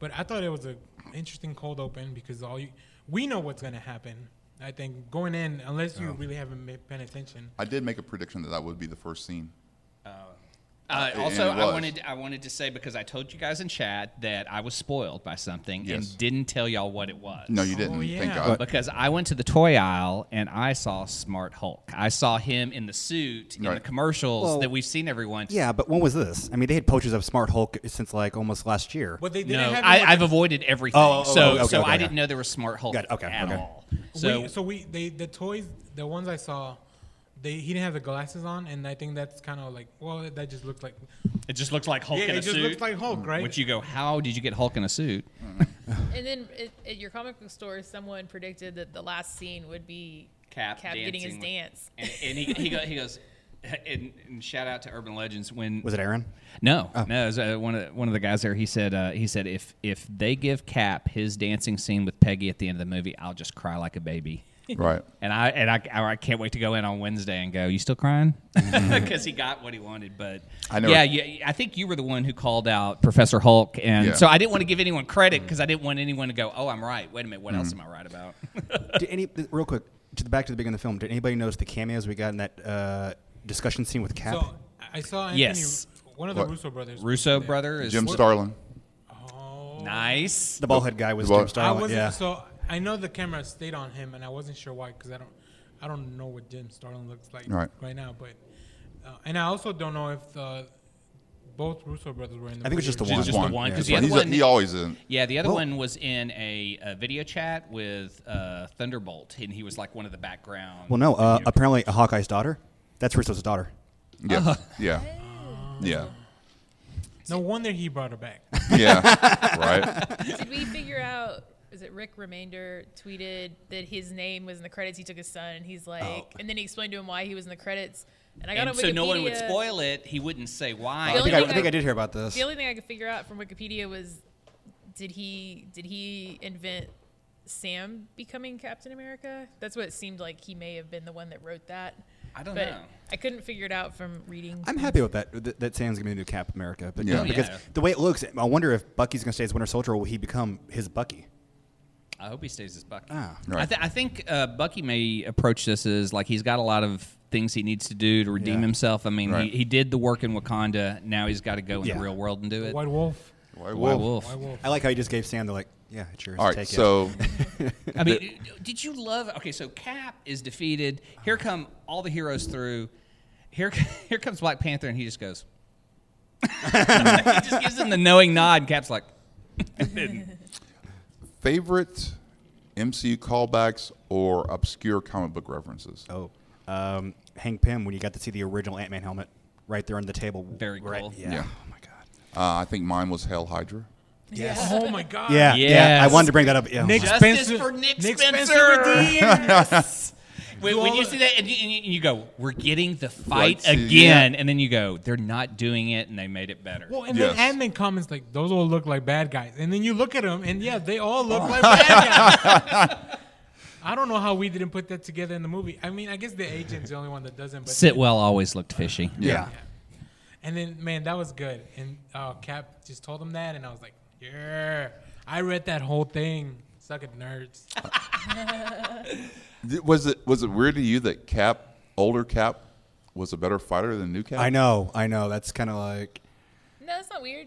D: but I thought it was a interesting cold open because all you, we know what's gonna happen. I think going in, unless
B: Oh.
D: you really haven't ma- been attention.
C: I did make a prediction that that would be the first scene.
B: Uh,
C: And
B: also,
C: it
B: I
C: was.
B: wanted I wanted to say because I told you guys in chat that I was spoiled by something
C: Yes.
B: and didn't tell y'all what it was.
C: No, you didn't. Thank
D: yeah.
C: God.
B: because I went to the toy aisle and I saw Smart Hulk. I saw him in the suit in the
C: Right.
B: commercials
A: Well-
B: that we've seen everyone.
A: Yeah, but when was this? I mean, they had poachers of Smart Hulk since like almost last year.
D: But they didn't
B: No,
D: have.
B: I,
D: him-
B: I've avoided everything.
A: Oh, oh,
B: so,
A: okay, okay,
B: so
A: okay,
B: I
A: okay.
B: didn't know there was Smart Hulk
A: Got it, okay,
B: at
A: okay.
B: all.
D: So
B: So,
D: we, so we they the toys the ones I saw, they he didn't have the glasses on, and I think that's kind of like well that just looked like
B: it just looks like Hulk
D: yeah
B: in a
D: it just
B: suit.
D: looks like Hulk right.
B: Mm, Which you go, how did you get Hulk in a suit?
E: And then at, at your comic book store, someone predicted that the last scene would be
B: Cap,
E: getting his
B: dancing with-
E: dance.
B: And, and he, he, go, he goes, and, and shout out to Urban Legends when
A: was it Oh. Aaron?
B: No, no. It was, uh, one of one of the guys there. He said uh, he said if if they give Cap his dancing scene with Peggy at the end of the movie, I'll just cry like a baby.
C: Right.
B: And I and I, I can't wait to go in on Wednesday and go. You still crying? Because he got what he wanted. But
C: I never-
B: yeah, yeah, I think you were the one who called out Professor Hulk, and
C: Yeah.
B: so I didn't want to give anyone credit because I didn't want anyone to go, "Oh, I'm right." Wait a minute, what
A: Mm-hmm.
B: else am I right about?
A: Did any th- real quick to the back to the beginning of the film? Did anybody notice the cameos we got in that uh, discussion scene with Cap?
D: so I saw Anthony,
B: Yes.
D: one of the
C: What?
D: Russo brothers
B: Russo
D: there.
B: brother is
C: Jim Starlin.
D: Oh.
B: nice.
A: the ballhead guy was
C: Well-
A: Jim
D: I
A: Starlin.
D: wasn't
A: Yeah.
D: so I know the camera stayed on him, and I wasn't sure why because I don't I don't know what Jim Starlin looks like
C: Right.
D: right, now, but uh, and I also don't know if uh, both Russo brothers were in the.
A: I think it's just
D: movie
A: the
D: or
A: one.
B: Just the one, 'cause
C: Yeah,
B: the
C: he's
B: other
C: a-
B: one-
C: he always in.
B: Yeah, the other
A: Well-
B: one was in a, a video chat with uh, Thunderbolt, and he was like one of the background.
A: Well, no. Uh, apparently, a Hawkeye's daughter. That's Russo's daughter.
C: Yeah. Yeah.
B: Oh.
C: Yeah.
D: No wonder he brought her back.
C: Yeah. right.
E: Did we figure out? Is it Rick Remainder tweeted that his name was in the credits? He took his son, and he's like, and then he explained to him why he was in the credits. And I got
B: Oh. and
E: on
B: so no one would
E: Wikipedia-
B: spoil it. He wouldn't say why.
E: The
A: I
E: only
A: think I,
E: thing
A: I think
E: I-
A: I did hear about this.
E: The only thing I could figure out from Wikipedia was, did he did he invent Sam becoming Captain America? That's what it seemed like. He may have been the one that wrote that.
B: I don't
E: but
B: know.
E: I couldn't figure it out from reading.
A: I'm happy with that. That, that Sam's gonna be the new Cap America, but
C: Yeah.
A: yeah, because
B: Yeah.
A: the way it looks, I wonder if Bucky's gonna stay as Winter Soldier, or will he become his Bucky?
B: I hope he stays as Bucky.
A: Ah.
B: I,
C: Right.
B: th- I think uh, Bucky may approach this as like he's got a lot of things he needs to do to redeem
A: Yeah.
B: himself. I mean,
C: Right.
B: he, he did the work in Wakanda. Now he's got to go in
A: Yeah.
B: the real world and do it.
D: White Wolf.
C: White
B: White
C: Wolf.
B: Wolf.
D: White Wolf.
A: I like how you just gave Sam. They're like, yeah, it's yours.
C: All right.
A: Take it.
C: So
B: I mean, did you love? Okay, so Cap is defeated. Here come all the heroes through. Here, here comes Black Panther, and he just goes. he just gives him the knowing nod, and Cap's like,
C: favorite MCU callbacks or obscure comic book references?
A: Oh, um, Hank Pym, when you got to see the original Ant Man helmet right there on the table.
B: Very
A: right,
B: cool.
A: Yeah.
C: Yeah.
A: Oh my god.
C: Uh, I think mine was Hail Hydra.
A: Yes.
D: Oh my God.
A: Yeah, yeah. I
B: Yes.
A: wanted to bring that up. Yeah.
D: Nick
B: "Justice
D: Spencer-
B: for Nick,
D: Nick
B: Spencer."
D: Spencer E.
B: when,
D: Do
B: when
D: all
B: you
D: the-
B: see that, and you, and you- and you go, "We're getting the
C: Right,
B: fight
C: see,
B: again," and then you go, "They're not doing it, and they made it better."
D: Well, and
C: Yes.
D: then Ant Man comments like, "Those all look like bad guys," and then you look at them, and yeah, they all look like bad guys. I don't know how we didn't put that together in the movie. I mean, I guess the agent's the only one that doesn't. But
B: Sitwell always looked fishy.
A: yeah.
D: And then, man, that was good. And uh, Cap just told him that, and I was like, "Yeah, I read that whole thing. Suck it, nerds."
C: Th- Was it was it weird to you that Cap, older Cap, was a better fighter than new Cap?
A: I know. I know. That's kind of like.
E: No, that's not weird.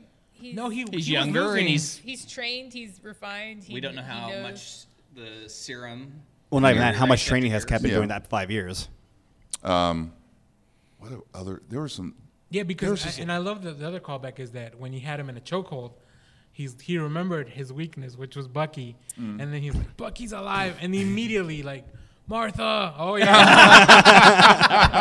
E: He's,
D: No, he
B: He's
D: he was
B: younger, and
D: losing.
B: he's.
E: he's trained. He's refined. He,
B: We don't know
E: he
B: how
E: knows-
B: much the serum.
A: Well, not even that. How much
B: Right,
A: training has
B: fifty
A: Cap been
C: years.
A: doing
C: Yeah.
A: that five years?
C: What are other? There were some.
D: yeah
C: was
D: because
C: just-
D: I, and I love that the other callback is that when he had him in a chokehold, he's he remembered his weakness, which was Bucky,
B: Mm.
D: and then he's like, "Bucky's alive," and he immediately like, "Martha, oh yeah."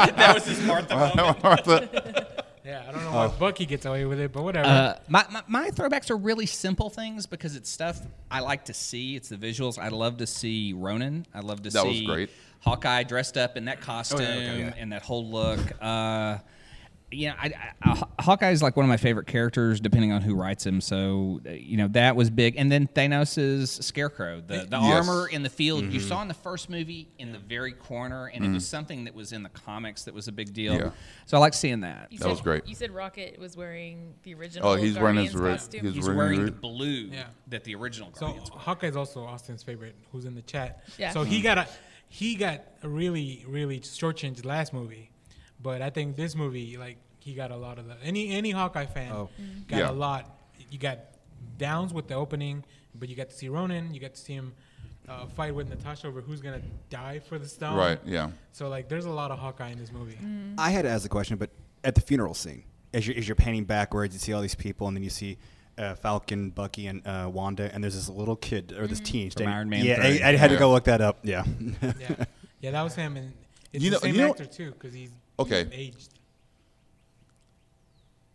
B: that was his Martha moment.
C: Martha.
D: Yeah, I don't know why Bucky gets away with it, but whatever.
B: Oh. Uh, my, my, my throwbacks are really simple things because it's stuff I like to see. It's the visuals. I love to see Ronan. I love to
C: That was
B: see
C: great.
B: Hawkeye dressed up in that costume
A: Oh, yeah.
B: and that whole look. Uh, you know, I, I, uh, Haw- Hawkeye is like one of my favorite characters, depending on who writes him. So, uh, you know, that was big. And then Thanos' Scarecrow, the, the
C: Yes. Mm-hmm.
B: armor in the field you saw in the first movie in the very corner, and it was something that was in the comics that was a big deal.
C: Mm. Yeah.
B: So I like seeing that.
E: You
C: That was great.
E: You said Rocket was wearing the original.
C: Oh, he's wearing his red.
E: Guardians costume.
B: He's
C: red-
B: wearing the
C: red-
B: blue
D: Yeah.
B: that the original
D: So
B: Guardians wore.
D: Hawkeye's also Austin's favorite, who's in the chat.
E: Yeah.
D: So he got a he got a really really shortchanged last movie, but I think this movie like he got a lot of the any any Hawkeye fan got
C: Oh. Yeah.
D: a lot. You got downs with the opening, but you got to see Ronan. You got to see him uh, fight with Natasha over who's gonna die for the stone.
C: Right. Yeah.
D: So like, there's a lot of Hawkeye in this movie.
A: I had to ask the question, but at the funeral scene, as you're, as you're panning backwards, you see all these people, and then you see uh, Falcon, Bucky, and uh, Wanda, and there's this little kid or
E: Mm-hmm.
A: this teen standing.
B: Iron Man
A: yeah,
B: three.
A: I, I had to
C: Yeah.
A: go look that up. Yeah.
D: Yeah, yeah, that was him, and it's
C: You
D: the
C: know-
D: same
C: you know-
D: actor too because he's
C: Okay.
D: aged.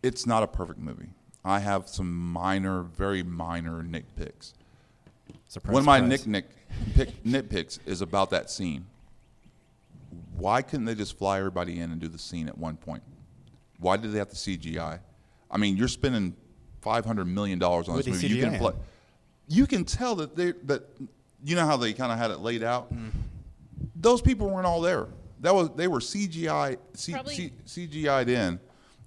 C: it's not a perfect movie. I have some minor, very minor nitpicks.
A: surprise,
C: One of my nick
A: surprise.
C: nick pick, nitpicks is about that scene. Why couldn't they just fly everybody in and do the scene at one point? Why did they have to CGI? I mean, you're spending five hundred million dollars on
A: What
C: this
A: they
C: movie. You can,
A: CGI?
C: fly, you can tell that they that you know how they kind of had it laid out. Those people weren't all there. That was they were CGI C,
E: Probably-
C: C, CGI'd in.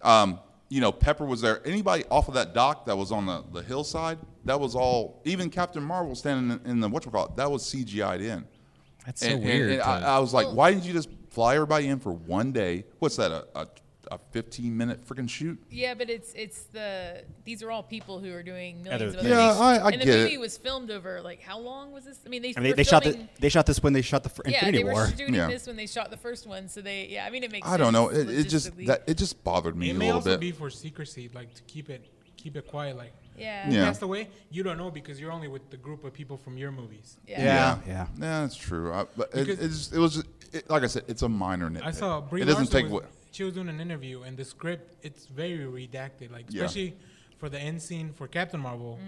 C: Um, you know, Pepper was there. Anybody off of that dock that was on the, the hillside, that was all. Even Captain Marvel standing in, in the what call that was CGI'd in.
B: That's
C: and, and- and I, I was like,
E: Well-
C: why didn't you just fly everybody in for one day? What's that a a, a fifteen minute freaking shoot?
E: Yeah, but it's it's the these are all people who are doing
A: Other
E: millions of other
A: things.
C: Yeah,
E: things.
C: I- I
E: and the
C: get it.
E: movie was filmed over like how long was this? I mean, they
A: And they,
E: were
A: they shot the,
E: filming-
A: they shot this when they shot the fir-
E: yeah,
A: Infinity
E: they
A: War.
E: were shooting
C: Yeah.
E: this when they shot the first one, so they yeah. I mean, it makes
C: I don't know.
E: sense
C: It, it just
E: logistically.
C: that it just bothered me
D: It
C: a
D: may
C: little
D: also
C: bit.
D: be for secrecy, like to keep it keep it quiet, like.
E: yeah
C: Yeah.
D: passed away, you don't know because you're only with the group of people from your movies.
E: yeah.
A: Yeah.
C: yeah, that's true. I, but it,
D: Because-
C: it's, it was, it, like I said, it's a minor nitpick.
D: I saw Brie
C: it doesn't
D: Larson
C: take
D: was-
C: what.
D: she was doing an interview and the script it's very redacted, like
C: Yeah.
D: especially for the end scene for Captain Marvel.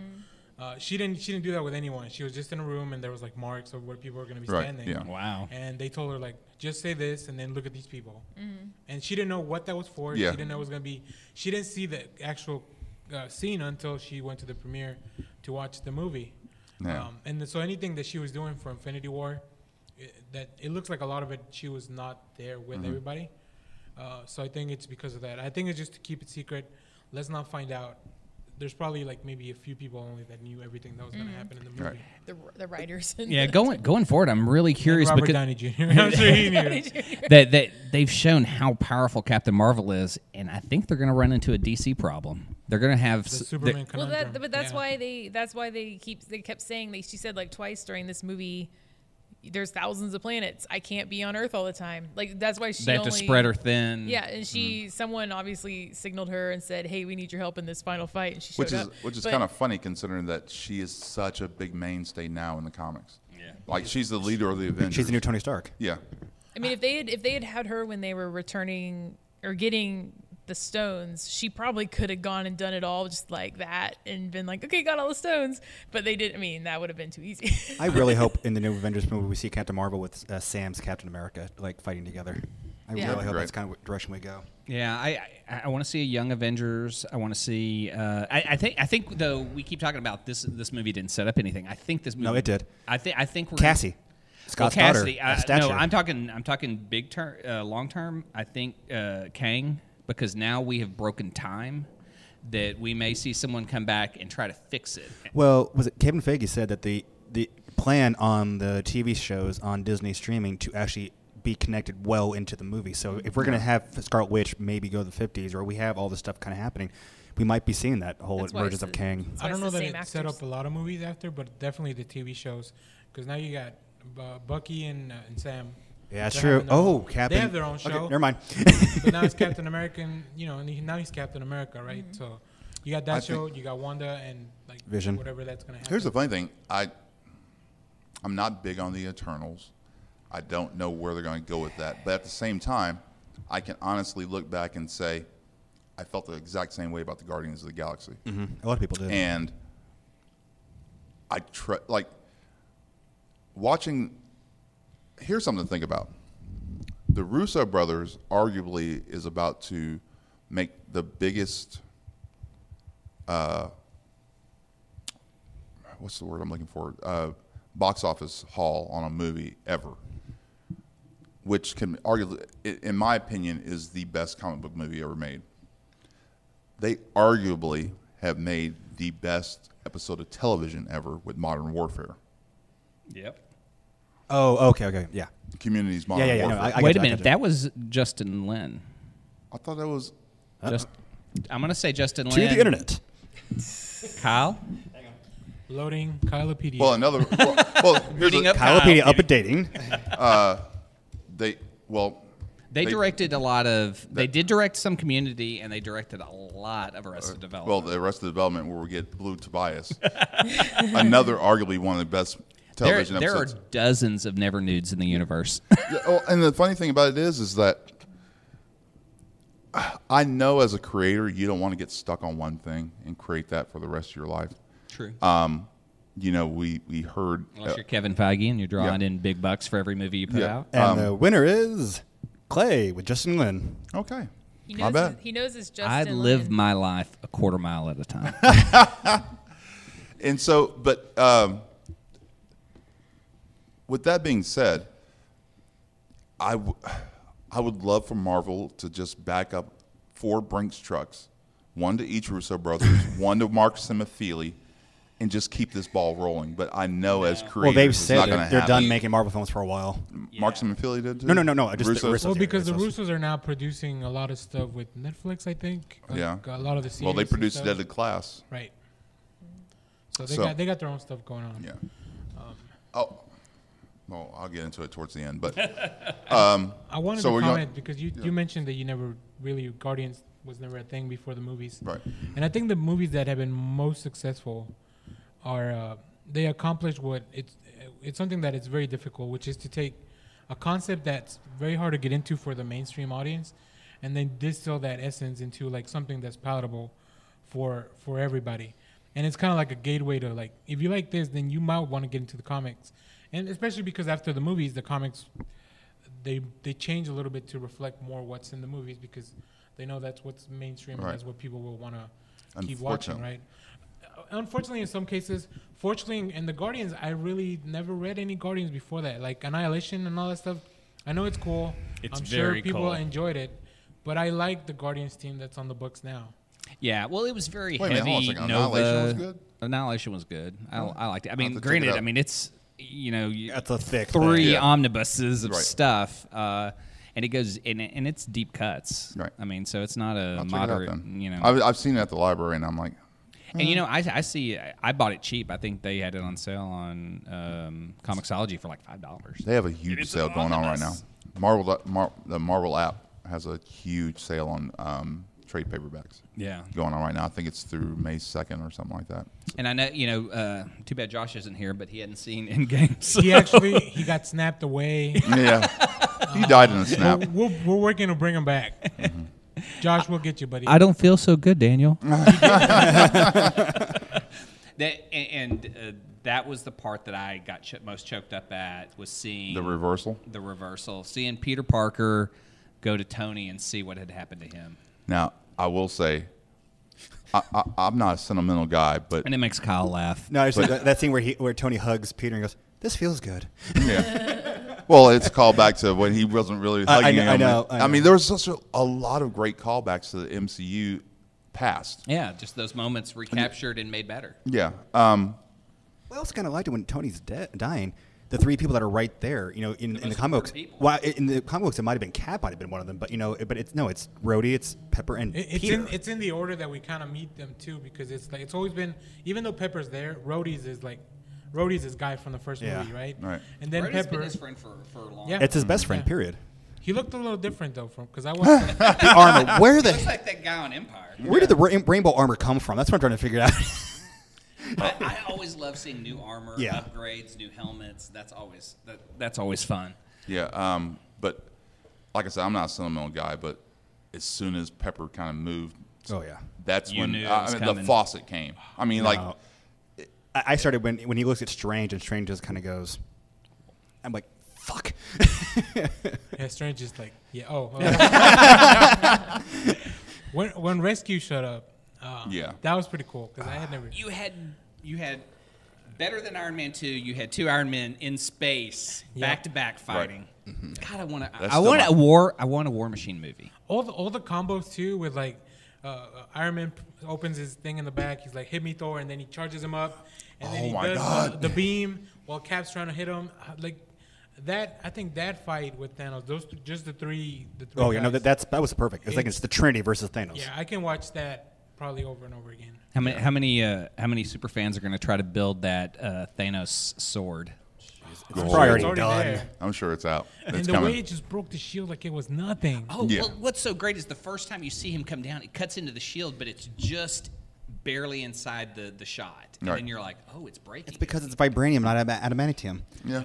D: Uh, she didn't she didn't do that with anyone. She was just in a room and there was like marks of where people were going to be
C: Right,
D: standing.
C: yeah.
B: Wow.
D: And they told her like just say this and then look at these people. And she didn't know what that was for.
C: Yeah.
D: She didn't know it was going to be. She didn't see the actual uh, scene until she went to the premiere to watch the movie.
C: Yeah.
D: Um, and so anything that she was doing for Infinity War, it, that it looks like a lot of it she was not there with
C: Mm-hmm.
D: everybody. Uh, so I think it's because of that. I think it's just to keep it secret. Let's not find out. There's probably like maybe a few people only that knew everything that was going to happen in the movie.
C: Right.
E: The, the writers. and
B: Yeah,
E: the-
B: going going forward, I'm really curious
D: Robert
B: because
D: Downey Jr. I'm sure he knew.
B: that, that they've shown how powerful Captain Marvel is, and I think they're going to run into a DC problem. They're going to have
D: The
B: s- they're-
D: Superman
E: Well,
D: conundrum.
E: that but that's
D: Yeah.
E: why they that's why they keep they kept saying they she said like twice during this movie. There's thousands of planets. I can't be on Earth all the time. Like that's why she
B: they have to
E: only-
B: spread her
C: Mm-hmm.
B: thin.
E: Yeah, and she someone obviously signaled her and said, "Hey, we need your help in this final fight." And she showed
C: Which is
E: up.
C: which is
E: But-
C: kind of funny considering that she is such a big mainstay now in the comics. Yeah. Like she's the leader of the Avengers.
A: She's the new Tony Stark.
C: Yeah.
E: I mean, if they had if they had had her when they were returning or getting the stones, she probably could have gone and done it all just like that and been like, "Okay, got all the stones." But they didn't. I mean, that would have been too easy.
A: I really hope in the new Avengers movie we see Captain Marvel with uh, Sam's Captain America like fighting together. I
E: Yeah.
A: really hope
C: Great.
A: that's kind of the direction we go.
B: Yeah, I I, I want to see a young Avengers. I want to see. Uh, I, I think I think though we keep talking about this. This movie didn't set up anything. I think this movie.
A: No, it did.
B: I think I think we're
A: Cassie,
B: Well,
A: Scott's
B: Cassidy.
A: daughter.
B: I-
A: a statue.
B: no, I'm talking. I'm talking big term, uh, long term. I think uh, Kang because now we have broken time. That we may see someone come back and try to fix it.
A: Well, was it Kevin Feige said that the the plan on the TV shows on Disney streaming to actually be connected well into the movie. So if we're going to have Scarlet Witch maybe go to the 50s, or we have all this stuff kind of happening, we might be seeing that whole
E: That's why
A: emergence
E: it's
A: of
E: the-
A: Kang.
E: it's
D: I
E: Twice
D: don't know that
E: the same
D: it set
E: actors.
D: up a lot of movies after, but definitely the TV shows, because now you got uh, Bucky and, uh, and Sam.
A: Yeah, that's
D: They're
A: true.
D: having their
A: Oh,
D: own-
A: Captain.
D: They have their own show.
A: Okay, never mind.
D: but now it's Captain America, and, you know, and he, now he's Captain America, right?
E: Mm-hmm.
D: So you got that
C: I
D: show, you got Wanda, and like
A: Vision.
D: whatever that's gonna happen.
C: Here's the funny thing. I I'm not big on the Eternals. I don't know where they're going to go with that. But at the same time, I can honestly look back and say I felt the exact same way about the Guardians of the Galaxy,
A: A lot of people did.
C: Mm-hmm. and I tr- like watching. Here's something to think about: the Russo brothers arguably is about to make the biggest. Uh, what's the word I'm looking for? Uh, box office haul on a movie ever which can arguably, i- in my opinion, is the best comic book movie ever made. They arguably have made the best episode of television ever with Modern Warfare.
B: Yep.
A: oh, okay, okay, yeah,
C: Communities
A: yeah,
C: Modern
A: yeah, yeah. No,
C: Warfare.
A: I, I got
B: Wait
A: you,
B: a
A: I
B: minute.
A: got you.
B: That was Justin Lin.
C: I thought that was
B: Just, I'm gonna say Justin
A: to
B: Lin.
A: the internet.
B: Kyle.
D: Loading Kylopedia.
C: well another. Well, well here's
B: Beating
C: a,
B: up Kyle.
A: Kylopedia updating.
C: they well
B: They,
C: They-
B: directed a lot of. they did direct some Community, and they directed a lot of Arrested
C: Uh, well
B: Development.
C: the rest of the development where we get Blue Tobias, another arguably one of the best
B: there,
C: television
B: there are
C: episodes.
B: dozens of never nudes in the universe.
C: Yeah, well, and the funny thing about it is, is that I know as a creator, you don't want to get stuck on one thing and create that for the rest of your life.
B: True.
C: Uh, You know, we we heard
B: Unless
C: uh,
B: you're Kevin Feige and you're drawing
C: yeah.
B: in big bucks for every movie you put
C: Yeah.
B: out.
A: And the winner is Clay with Justin Lin.
C: uh, okay,
E: He
C: my
E: knows, his,
C: bad.
E: he knows it's Justin.
B: I live
E: Lin.
B: my life a quarter mile at a time.
C: And so, but um, with that being said, I w- I would love for Marvel to just back up four Brinks trucks, one to each Russo brothers, one to Mark Simifili, and just keep this ball rolling. But I know as creators,
A: Well, they've
C: it's
A: said
C: not
A: they're,
C: gonna
A: they're
C: happen.
A: done making Marvel films for a while.
C: Mark Simifili did too.
A: No, no, no, no. Just the
C: Russos?
A: Russos,
D: Well,
A: yeah,
D: because the
A: Russos.
D: Russos are now producing a lot of stuff with Netflix, I think. Like,
C: Yeah.
D: A lot of the series.
C: Well, they
D: and
C: produced
D: stuff.
C: Deadly Class.
D: Right. So they
C: So-
D: got they got their own stuff going on.
C: Yeah.
B: Um,
C: oh, well, I'll get into it towards the end, but.
D: I wanted
C: So
D: to
C: we're gonna-
D: comment because you, you mentioned that you never really Guardians was never a thing before the movies.
C: Right.
D: And I think the movies that have been most successful are uh, they accomplish what it's it's something that is very difficult, which is to take a concept that's very hard to get into for the mainstream audience, and then distill that essence into like something that's palatable for for everybody. And it's kind of like a gateway to like if you like this, then you might want to get into the comics, and especially because after the movies, the comics they they change a little bit to reflect more what's in the movies because they know that's what's mainstream
C: Right.
D: and that's what people will want to keep watching,
C: Unfortunately.
D: right? Uh, Unfortunately, in some cases, fortunately, in- in the Guardians, I really never read any Guardians before that, like Annihilation and all that stuff. I know it's cool.
F: It's
D: I'm
F: very
D: sure people
F: cool.
D: enjoyed it, but I like the Guardians team that's on the books now.
B: yeah, well, it was very
C: Wait a minute,
B: heavy.
C: hold on a second.
B: Nova-
C: Annihilation was good?
B: Annihilation was good. I, I liked it. I
C: have
B: mean,
C: to check it
B: granted,
C: out.
B: I mean, it's you know, you,
A: That's a thick thing.
B: three
C: Yeah.
B: omnibuses of
C: Right.
B: stuff, uh, and it goes and, it- and it's deep cuts.
C: Right.
B: I mean, so it's not a
C: I'll check it out
B: moderate.
C: then.
B: You know,
C: I've, I've seen it at the library, and I'm like,
B: and you know, I, I see. I- I bought it cheap. I think they had it on sale on um, Comixology for like five dollars.
C: they have a huge sale going on right now. Marvel, Mar- the Marvel app has a huge sale on um, trade paperbacks
B: Yeah.
C: going on right now. I think it's through May second or something like that.
B: And I know, you know, uh, too bad Josh isn't here, but he hadn't seen Endgame. So.
D: He actually he got snapped away.
C: Yeah, he died in a snap.
D: We're, we're, we're working to bring him back. Josh, we'll get you, buddy.
B: I don't feel so good, Daniel. that, and and uh, that was the part that I got ch- most choked up at was seeing
C: The reversal.
B: the reversal, seeing Peter Parker go to Tony and see what had happened to him,
C: Now, I will say, I, I, I'm not a sentimental guy, but
B: and it makes Kyle laugh.
A: No, it's that, that scene where he where Tony hugs Peter and goes, "This feels good."
C: yeah. Well, it's a callback to when he wasn't really
A: I- I
C: hugging
A: kn- I
C: him.
A: know, I
C: mean,
A: know.
C: there was such a, a lot of great callbacks to the MCU past.
B: Yeah, just those moments recaptured and made better.
C: Yeah. Um,
A: Well, it's kind of liked it when Tony's de- dying. The three people that are right there, you know, in the, in the
B: most
A: comic books.
B: important people.
A: Well, in the comic books, it might have been Cap, might have been one of them, but you know, but it's no, it's Rhodey, it's Pepper, and
D: It- It's
A: Peter.
D: in it's in the order that we kind of meet them too because it's like it's always been even though Pepper's there, Rhodey's is like Rhodey's is guy from the first
A: Yeah.
D: movie, right?
C: Right.
D: And then
B: Brody's
D: Pepper,
B: been his friend for, for a long
D: Yeah.
A: It's his best friend.
D: Yeah.
A: Period.
D: he looked a little different though from because I watched. the-
A: The armor. Where the
B: Looks like that guy on Empire.
A: where did the ra- rainbow armor come from? That's what I'm trying to figure out.
B: I, I always love seeing new armor,
A: Yeah.
B: upgrades, new helmets. That's always that, that's always fun.
C: Yeah, um, but like I said, I'm not a sentimental guy, but as soon as Pepper kind of moved episodes.
A: Oh, yeah.
C: that's
B: You
C: when
B: knew it
C: I
B: was
C: mean, the
B: coming.
C: faucet came. I mean, like
A: No. I, I started when when he looks at Strange and Strange just kind of goes, I'm like, fuck.
D: Yeah, Strange is like, yeah, oh. oh. when when Rescue showed up, um,
C: Yeah.
D: that was pretty cool because I had never.
B: You had you had better than Iron Man two. You had two Iron Men in space,
D: Yeah.
B: back to back fighting. God, I want to.
C: Mm-hmm. That's
B: I want
C: still
B: a war. I want a War Machine movie.
D: all the all the combos too with like uh, uh, Iron Man p- opens his thing in the back. He's like, "Hit me, Thor!" and then he charges him up, and then
C: Oh
D: he
C: my
D: does
C: God.
D: The, the beam while Cap's trying to hit him. Uh, Like that, I think that fight with Thanos, those th- just the three. The three
A: oh yeah, no,
D: guys.
A: that, that's that was perfect. It's like
D: It's-
A: it's the Trinity versus Thanos.
D: yeah, I can watch that probably over and over again.
B: How many? How many? Uh, how many super fans are going to try to build that uh, Thanos sword?
A: It's
C: Oh.
A: probably already,
D: It's already
A: done.
D: there.
C: I'm sure it's out.
D: and
C: It's
D: the
C: coming.
D: way it just broke the shield like it was nothing.
B: Oh,
C: Yeah.
B: well, what's so great is the first time you see him come down, it cuts into the shield, but it's just barely inside the, the shot. And
C: Right.
B: then you're like, oh, it's breaking.
A: It's because it's vibranium, not adam- adamantium.
C: yeah.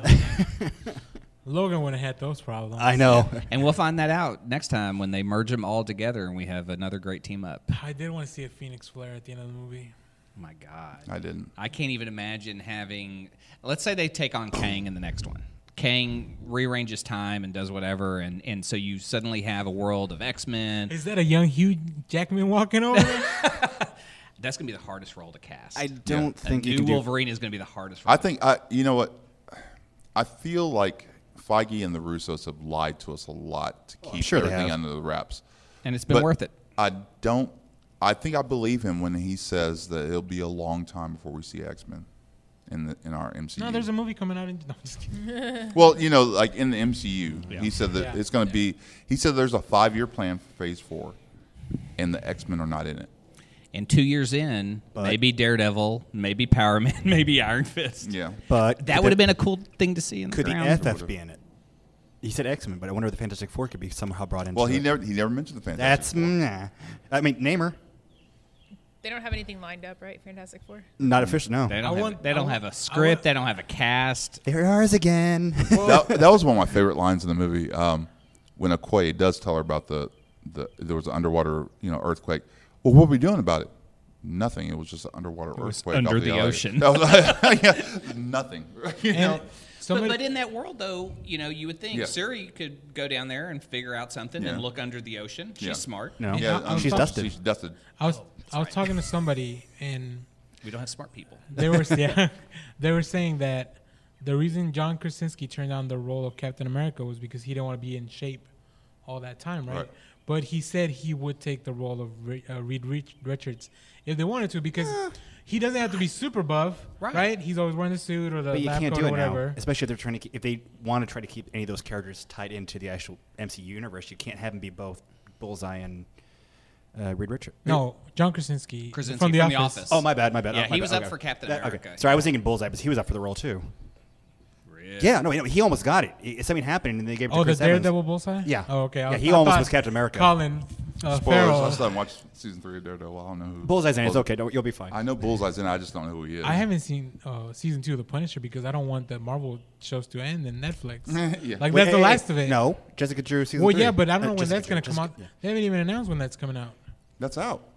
D: Logan would have had those problems.
A: I know.
B: and we'll find that out next time when they merge them all together and we have another great team up. Oh,
D: I did want to see a Phoenix flare at the end of the movie.
B: my God.
C: I didn't.
B: I can't even imagine having. Let's say they take on Kang in the next one. Kang rearranges time and does whatever, and, and so you suddenly have a world of X Men.
D: Is that a young Hugh Jackman walking over? there?
B: That's gonna be the hardest role to cast.
A: I don't
B: A
A: think you
B: new
A: can do.
B: Wolverine is gonna be the hardest. Role
C: I think I. You know what? I feel like Feige and the Russos have lied to us a lot to keep
A: sure they
C: everything
A: have.
C: under the wraps.
B: and it's been
C: But
B: worth it.
C: I don't. I think I believe him when he says that it'll be a long time before we see X Men in the, in our MCU.
D: no, there's a movie coming out in. No, I'm just kidding.
C: well, you know, like in the MCU, he said that
D: Yeah.
C: it's going to be. He said there's a five year plan for Phase Four, and the X Men are not in it.
B: And two years in,
A: But-
B: maybe Daredevil, maybe Power Man, maybe Iron Fist.
C: Yeah.
A: But
B: That would
A: could the-
B: have been a cool thing to see in the
A: Could
B: ground.
A: the FF be in it? He said X Men, but I wonder if the Fantastic Four could be somehow brought into
C: Well, he
A: it.
C: never he never mentioned the Fantastic.
A: That's
C: Four.
A: nah. I mean, Namer,
E: They don't have anything lined up, right? Fantastic Four.
A: not official. No,
B: They
D: I
B: don't, have,
D: want-
B: they
D: I
B: don't
D: want-
B: have
D: I
B: a
D: want-
B: script. they don't have a cast.
A: there ours again.
C: that, that was one of my favorite lines in the movie. Um, when Okoye does tell her about the, the there was an underwater you know earthquake. Well, what were we doing about it? Nothing. It was just an underwater
B: was
C: earthquake
B: under
C: off
B: the
C: LA.
B: ocean.
C: That was- yeah, nothing. You know?
D: And
B: But,
D: somebody-
B: but in that world, though, you know, you would think
C: Yeah.
B: Suri could go down there and figure out something and
C: Yeah.
B: look under the ocean. She's
C: Yeah.
B: smart.
A: no,
D: Yeah, I'm
A: she's
D: sorry.
A: dusted.
C: She's dusted.
D: I was I was talking to somebody and
B: We don't have smart people.
D: they were yeah, they were saying that the reason John Krasinski turned down the role of Captain America was because he didn't want to be in shape all that time, right?
C: Right.
D: But he said he would take the role of Re- uh, Reed Rich- Richards if they wanted to because he doesn't have to be super buff,
B: Right.
D: right? He's always wearing the suit or the
A: But you
D: lab
A: can't
D: coat
A: do
D: or
A: it
D: whatever.
A: now, especially if they're trying to keep, if they want to try to keep any of those characters tied into the actual MCU universe. You can't have them be both Bullseye and uh, Reed Richard.
D: No, John Krasinski,
B: Krasinski
D: from, the,
B: from The
D: office.
B: Office.
A: Oh my bad, my bad.
B: Yeah,
A: oh, my
B: he was
A: bad,
B: up
A: okay.
B: for Captain
A: That- okay.
B: America.
A: Sorry, I was thinking Bullseye, but he was up for the role too.
B: Really?
A: Yeah, no, no, he almost got it. It- Something happened, and they gave it to
D: Oh, the
A: Chris Evans.
D: Daredevil bullseye.
A: Yeah.
D: Oh, okay. I
A: Yeah,
D: was-
A: he
D: I
A: almost
D: thought
A: was Captain America.
D: Colin uh,
C: Spoilers. I
D: Farrell.
C: still haven't watched season three of Daredevil. I don't know who.
A: Bullseye's in. it. It's
C: Bull-
D: Oh.
A: okay. Don't, you'll be fine.
C: I know Bullseye's in. it, I just don't know who he is.
D: I haven't seen uh, season two of The Punisher because I don't want the Marvel shows to end in Netflix.
C: Yeah.
D: Like
A: Wait,
D: that's
A: hey,
D: the
A: hey,
D: last of it.
A: No, Jessica Drew season.
D: Well,
A: three.
D: yeah, but I
A: Uh,
D: don't know when
A: Jessica
D: that's gonna
A: Drew,
D: come out.
A: Jessica-
D: They haven't even announced when that's coming out.
C: That's out.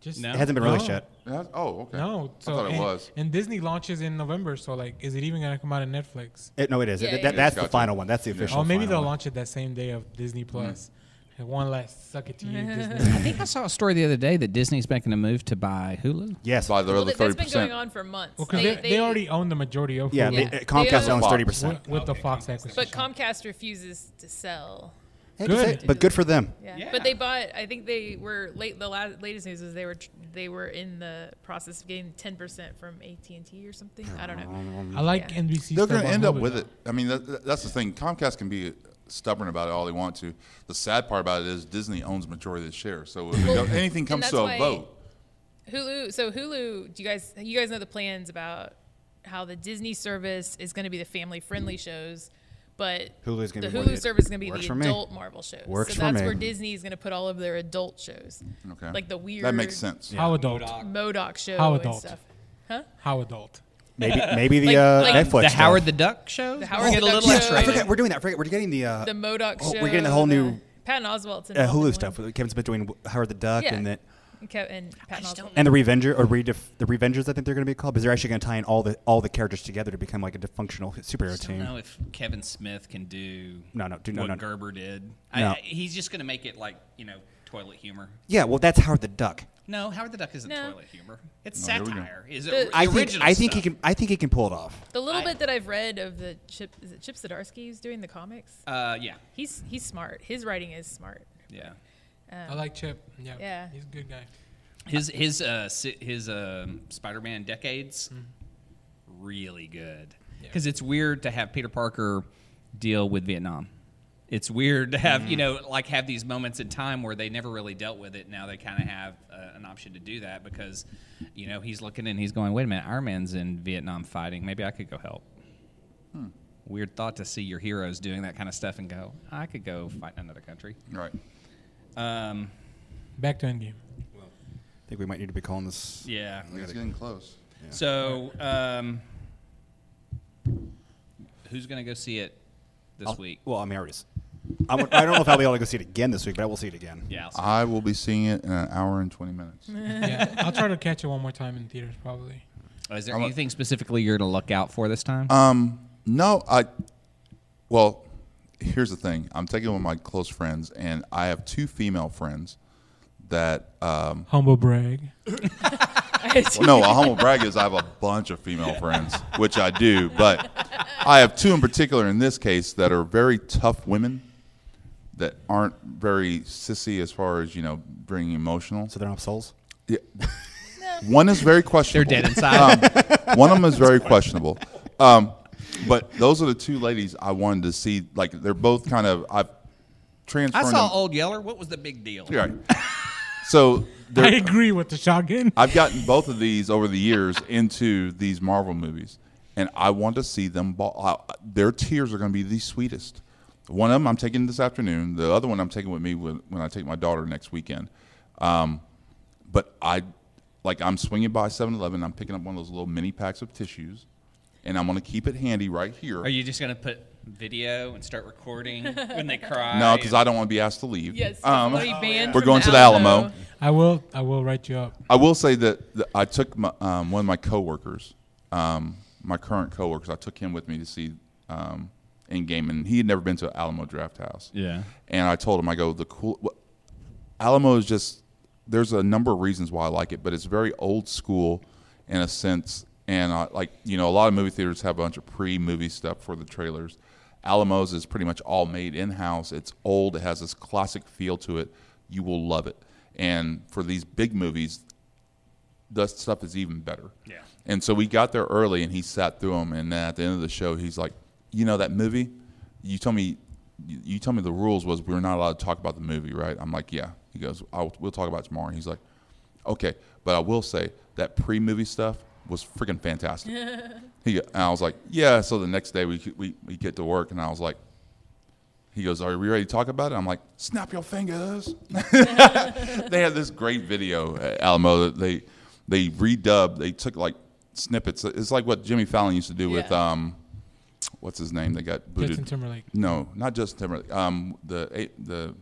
D: Just
B: No.
A: yeah. It hasn't been
D: No.
A: released yet.
C: Yeah, Oh, okay.
D: No. So
C: I thought it
D: and,
C: was.
D: And Disney launches in November, so like, is it even gonna come out on Netflix?
A: It, no, it is.
E: Yeah,
A: It-
E: yeah,
A: that-
E: yeah.
A: that's the
C: Gotcha.
A: final one. That's the official.
D: Oh, maybe
A: final
D: they'll
A: one.
D: launch it that same day of Disney
C: Mm.
D: Plus. And One last suck it to you, Disney.
B: I think I saw a story the other day that Disney's making a move to buy Hulu.
A: Yes.
C: By the
E: Well,
C: other
E: that- that's
C: thirty
E: been going
C: percent.
E: on for months.
D: Well, because
E: They-
D: they, they, already own the majority of
A: Yeah,
D: Hulu
A: they-
E: Yeah.
A: uh, Comcast
E: They
A: owns
C: own-
A: thirty
D: with,
A: percent.
D: with the Fox acquisition.
E: But Comcast refuses to sell.
D: Good.
A: But good for them.
E: Yeah.
B: Yeah.
E: But they bought. I think they were late. The la- latest news was they were tr- they were in the process of getting ten percent from AT and T or something. I don't know.
D: I like
E: Yeah.
D: NBC.
C: They're
D: stuff
C: going to
D: on
C: end up
D: Hulu,
C: with
D: though.
C: it. I mean, that- that, that's the thing. Comcast can be stubborn about it all they want to. The sad part about it is Disney owns majority of the share. So if it don't- anything comes
E: that's
C: to a
E: why-
C: vote,
E: Hulu. So Hulu. Do you guys you guys know the plans about how the Disney service is going to be the family friendly shows, but
A: Hulu is gonna
E: the
A: be more
E: Hulu
A: the-
E: service is going to be
A: works
E: the
A: for me.
E: adult Marvel shows.
A: Works
E: so
A: for
E: that's
A: me.
E: where Disney is going to put all of their adult shows,
C: okay,
E: like the weird
C: that makes sense.
D: How adult?
E: Modoc show
D: How
E: and
D: adult?
E: stuff. Huh?
D: How adult?
A: Maybe maybe the
E: Like-
A: uh,
E: like
A: Netflix.
B: the
A: stuff.
B: Howard the Duck show.
E: The Howard
B: Get
E: the
B: a
E: Duck
B: little
E: show.
B: X
A: I
E: Right.
A: forget. We're doing that. I forget. We're getting the uh,
E: The Modoc
A: oh,
E: show.
A: We're getting the whole new
E: Patton Oswalt's
A: uh,
E: involved in
A: Hulu
E: one.
A: stuff. with Kevin Smith doing Howard the Duck
E: Yeah.
A: and that.
E: Kev- and Patton
B: just
E: Oswalt.
B: don't
A: And the Revenger or Redef- the Revengers, I think they're going to be called, because they're actually going to tie in all the all the characters together to become like a functional superhero
B: I don't know
A: team.
B: if Kevin Smith can do
A: No, no, do- no,
B: what
A: no.
B: Gerber did.
A: No.
B: I, I, he's just going to make it like you know toilet humor.
A: Yeah, well, that's Howard the Duck.
B: No, Howard the Duck isn't
E: No.
B: toilet humor. It's
C: No, there we go.
B: satire. Is it
E: The-
A: I think
B: original
A: I think he
B: stuff.
A: can I think he can pull it off.
E: The little
B: I-
E: bit that I've read of the Chip is it Chip Zdarsky who's doing the comics.
B: Uh, yeah,
E: He's he's smart. His writing is smart.
B: yeah.
D: I like Chip. Yeah.
E: Yeah.
D: He's a good guy.
B: His his uh si- his um, Spider-Man decades really good
D: Yeah.
B: because it's weird to have Peter Parker deal with Vietnam. It's weird to have you know like have these moments in time where they never really dealt with it. Now they kind of have uh, an option to do that because you know he's looking and he's going, wait a minute, Iron Man's in Vietnam fighting. Maybe I could go help. Weird thought to see your heroes doing that kind of stuff and go, I could go fight in another country.
C: Right.
B: Um,
D: Back to Endgame.
A: I think we might need to be calling this.
B: yeah.
C: I think it's getting close.
B: So, um, who's going to go see it this
A: I'll-
B: week?
A: Well, I mean, I already. s- I'm, I don't know if I'll be able to go see it again this week, but I will see it again.
B: Yeah. I'll see.
C: I will be seeing it in an hour and 20 minutes.
D: yeah. I'll try to catch it one more time in theaters probably.
B: Is there
C: I'm a-
B: anything specifically you're going to look out for this time?
C: Um, no, I. Well, here's the thing. I'm taking one of my close friends, and I have two female friends that. Um,
D: Humble brag.
C: well, no, a humble brag is I have a bunch of female friends, which I do, but I have two in particular in this case that are very tough women that aren't very sissy as far as you know being emotional.
A: So they're not souls.
C: Yeah. One is very questionable.
B: dead inside.
C: Um, one of them is very questionable. Um, but those are the two ladies I wanted to see. Like they're both kind of I've transferred.
B: I saw
C: them.
B: Old Yeller. What was the big deal?
C: You're right. So
D: I
C: they're,
D: agree with the shotgun.
C: I've gotten both of these over the years into these Marvel movies, and I want to see them. Ball, I, their tears are going to be the sweetest. One of them I'm taking this afternoon. The other one I'm taking with me when, when I take my daughter next weekend. Um, but I, like, I'm swinging by 7-Eleven. I'm picking up one of those little mini packs of tissues, and I'm going to keep it handy right here.
B: Are you just going to put video and start recording when they cry?
C: no, because I don't want to be asked to leave.
E: Yes.
C: Um,
E: definitely
B: Oh,
E: banned
C: we're
E: from
C: going to the Alamo.
D: I will. I will write you up.
C: I will say that, that I took my, um, one of my coworkers, um, my current coworkers, I took him with me to see um, Endgame, and he had never been to an Alamo Draft House.
B: Yeah.
C: And I told him, I go, the cool wh- Alamo is just there's a number of reasons why I like it, but it's very old school in a sense. And I, like you know, a lot of movie theaters have a bunch of pre-movie stuff for the trailers. Alamo's is pretty much all made in-house. It's old. It has this classic feel to it. You will love it. And for these big movies, the stuff is even better.
B: Yeah.
C: And so we got there early, and he sat through them. And then at the end of the show, he's like, "You know that movie? You told me, you, you told me the rules was we were not allowed to talk about the movie, right?" I'm like, "Yeah." He goes, I'll, "We'll talk about it tomorrow." And he's like, "Okay," but I will say that pre-movie stuff was freaking fantastic. he, go- and I was like, "Yeah." So the next day we, we we get to work, and I was like. He goes, Are we ready to talk about it? I'm like, Snap your fingers they had this great video at Alamo that they they redubbed. They took like snippets. It's like what Jimmy Fallon used to do with
E: Yeah.
C: um, what's his name? They got booted.
D: Justin Timberlake.
C: No, not Justin Timberlake. Um, the the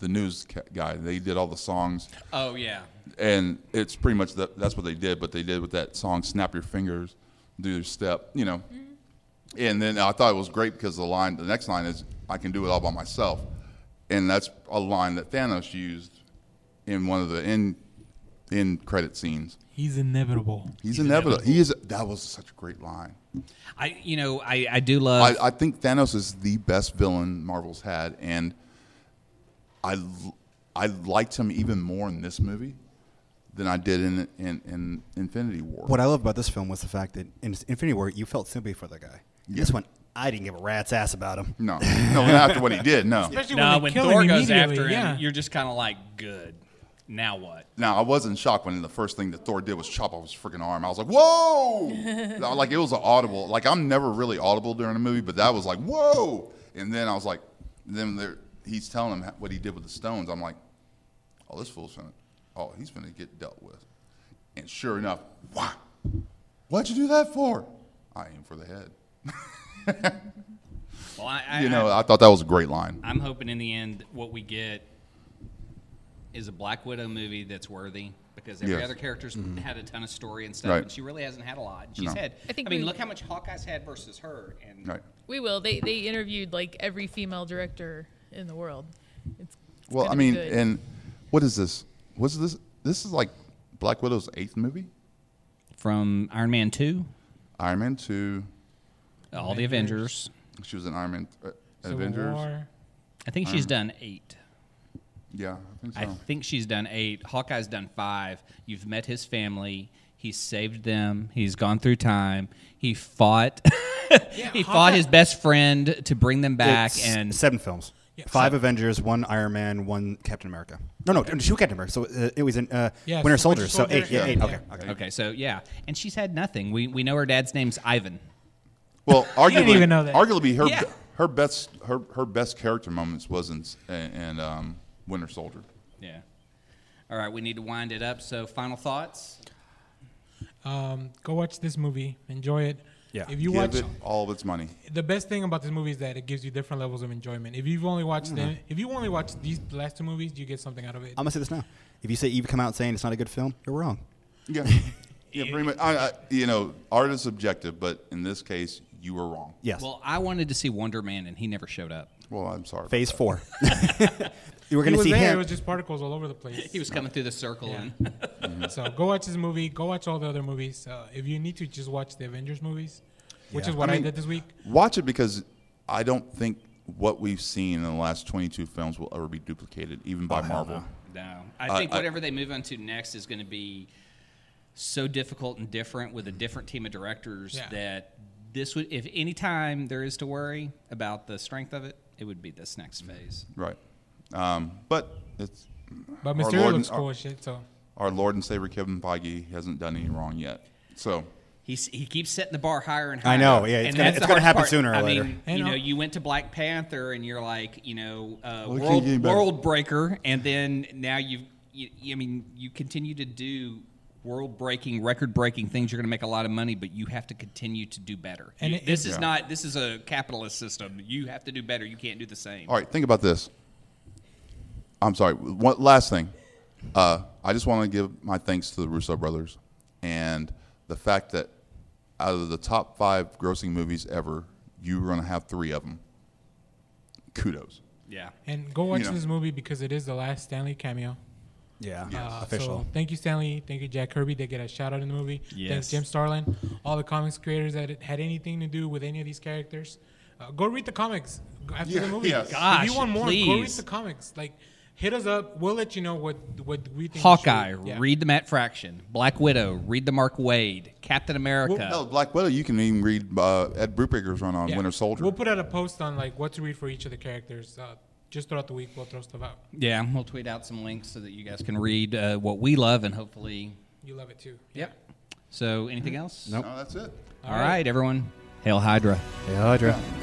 C: the news ca- guy. They did all the songs,
B: Oh, yeah.
C: and it's pretty much the, that's what they did. But they did with that song, "Snap Your Fingers," do your step, you know. And then I thought it was great because the line, the next line is, "I can do it all by myself," and that's a line that Thanos used in one of the end end credit scenes.
D: He's inevitable.
C: He's, inevitable. He is. That was such a great line.
B: I, you know, I, I do love.
C: I, I think Thanos is the best villain Marvel's had, and I l- I liked him even more in this movie than I did in in, in Infinity War.
A: What I love about this film was the fact that in Infinity War, you felt sympathy for the guy. In This one, I didn't give a rat's ass about him.
C: no, no, not after what he did. No,
D: Especially
B: no,
D: they
B: when
D: kill
B: Thor
D: him
B: goes
D: immediately,
B: after him,
D: yeah.
B: you're just kind of like, good. Now what?
C: now I was in shock when the first thing that Thor did was chop off his freaking arm. I was like, whoa! I- like it was an audible. Like I'm never really audible during a movie, but that was like, whoa! And then I was like, then there, he's telling him what he did with the stones. I'm like, oh, this fool's finna, oh, he's finna get dealt with. And sure enough, why? What'd you do that for? I aim for the head.
B: Well, I, I
C: You know, I thought that was a great line.
B: I'm hoping in the end what we get is a Black Widow movie that's worthy because every
C: Yes. Mm-hmm.
B: other character's had a ton of story and stuff,
C: Right.
B: and she really hasn't had a lot. She's
C: No.
B: had. I,
E: I think
B: mean,
E: we-
B: look how much Hawkeye's had versus her, and
C: Right.
E: We will. They they interviewed like every female director in the world. It's, it's
C: Well,
E: gonna
C: I
E: be
C: mean,
E: good.
C: and what is this? What's this? This is like Black Widow's eighth movie.
B: from Iron Man two,
C: Iron Man two.
B: all the Avengers.
C: She was in Iron Man uh,
D: Civil
C: Avengers.
D: War.
B: I think
C: Mm.
B: she's done eight.
C: Yeah, I think so.
B: I think she's done eight. Hawkeye's done five. You've met his family. He's saved them. He's gone through time. He fought. he fought
D: Hawkeye-
B: his best friend to bring them back.
A: It's
B: and
A: seven films.
D: Yeah,
A: Five
D: so-
A: Avengers, one Iron Man, one Captain America. No, no, two Captain America. So uh, it was in uh,
D: Yeah,
A: Winter
D: so
A: Soldier.
D: Winter
A: So
D: Soldier,
A: eight, yeah,
D: yeah,
A: eight.
D: yeah.
A: Okay, okay.
B: okay, so yeah, and she's had nothing. We we know her dad's name's Ivan.
C: well, arguably,
D: didn't even know that.
C: arguably her
B: Yeah.
C: her best her her best character moments was in, s- in, in um, Winter Soldier.
B: Yeah. All right, we need to wind it up. So final thoughts.
D: Um, go watch this movie. Enjoy it.
A: Yeah.
D: If you
C: Give
D: watch
C: it all of its money.
D: the best thing about this movie is that it gives you different levels of enjoyment. If you've only watched them, if you only watched these last two movies, you get something out of it.
A: Mm-hmm. I'm gonna say this now. If you say you come out saying it's not a good film, you're wrong.
C: Yeah, yeah, pretty much. I, I, you know, art is subjective, but in this case, you were wrong.
A: Yes.
B: Well, I wanted to see Wonder Man, and he never showed up.
C: Well, I'm sorry.
A: Phase four. you were
D: He
A: gonna
D: was
A: see
D: there. It
A: him.
D: was just particles all over the place.
B: He was coming through the circle.
D: Yeah.
B: And
D: so go watch this movie. Go watch all the other movies. Uh, if you need to, just watch the Avengers movies, which
A: Yeah.
D: is what
C: I
D: I,
C: mean-
D: did this week.
C: Watch it because I don't think what we've seen in the last 22 films will ever be duplicated, even
D: Oh,
C: by Marvel.
B: no, I
C: I-
B: think
C: I-
B: whatever they move on to next is going to be so difficult and different with a different team of directors
D: Yeah.
B: that this would, if any time there is to worry about the strength of it, it would be this next phase.
C: Right. Um, but it's
D: But
C: Our
D: Mysterio
C: Lord
D: looks
C: and-
D: cool
C: our-
D: as shit. So
C: our Lord and Savior Kevin Feige hasn't done any wrong yet. So
B: He's, he keeps setting the bar higher and higher.
A: I know, yeah, it's
B: and
A: gonna-
B: that's
A: it's
B: the
A: gonna
B: hardest
A: happen
B: part.
A: sooner or
B: I
A: later.
B: Mean,
D: I
B: you know,
D: know.
B: you went to Black Panther, and you're like, you know, uh,
C: Well, it keeps
B: world,
C: getting better.
B: world breaker, and then now you've, you, you- I mean, you continue to do world breaking, record breaking things. You're going to make a lot of money, but you have to continue to do better.
D: And
B: You-
D: it-
B: this
D: it-
B: is
C: Yeah.
B: not this is a capitalist system. You have to do better. You can't do the same.
C: All right, think about this. I'm sorry. One last thing. Uh, I just want to give my thanks to the Russo brothers and the fact that out of the top five grossing movies ever, you were going to have three of them. Kudos.
B: Yeah.
D: and go watch
C: know.
D: this movie because it is the last Stanley cameo.
A: yeah.
D: Uh,
A: Official.
D: So thank you, Stanley. Thank you, Jack Kirby. They get a shout out in the movie.
B: Yes.
D: Thanks, Jim Starlin. All the comics creators that it- had anything to do with any of these characters. Uh, go read the comics g- after
C: Yeah,
D: the movie.
C: yes.
D: if
B: Gosh,
D: you want more, go read
B: please.
D: the comics. Like, hit us up. We'll let you know what what we think.
B: Hawkeye,
D: you should- yeah.
B: read the Matt Fraction. Black Widow, read the Mark Wade. Captain America.
C: Hell, Black Widow, you can even read uh, Ed Brubaker's run on
D: Yeah.
C: Winter Soldier.
D: We'll put out a post on like what to read for each of the characters. Uh, just throughout the week, we'll throw stuff out.
B: Yeah, we'll tweet out some links so that you guys can read uh, what we love and hopefully.
D: You love it too.
B: Yep. So, anything else?
A: Nope.
C: no, that's it.
B: All right, everyone. Hail Hydra.
A: Hey, Audra.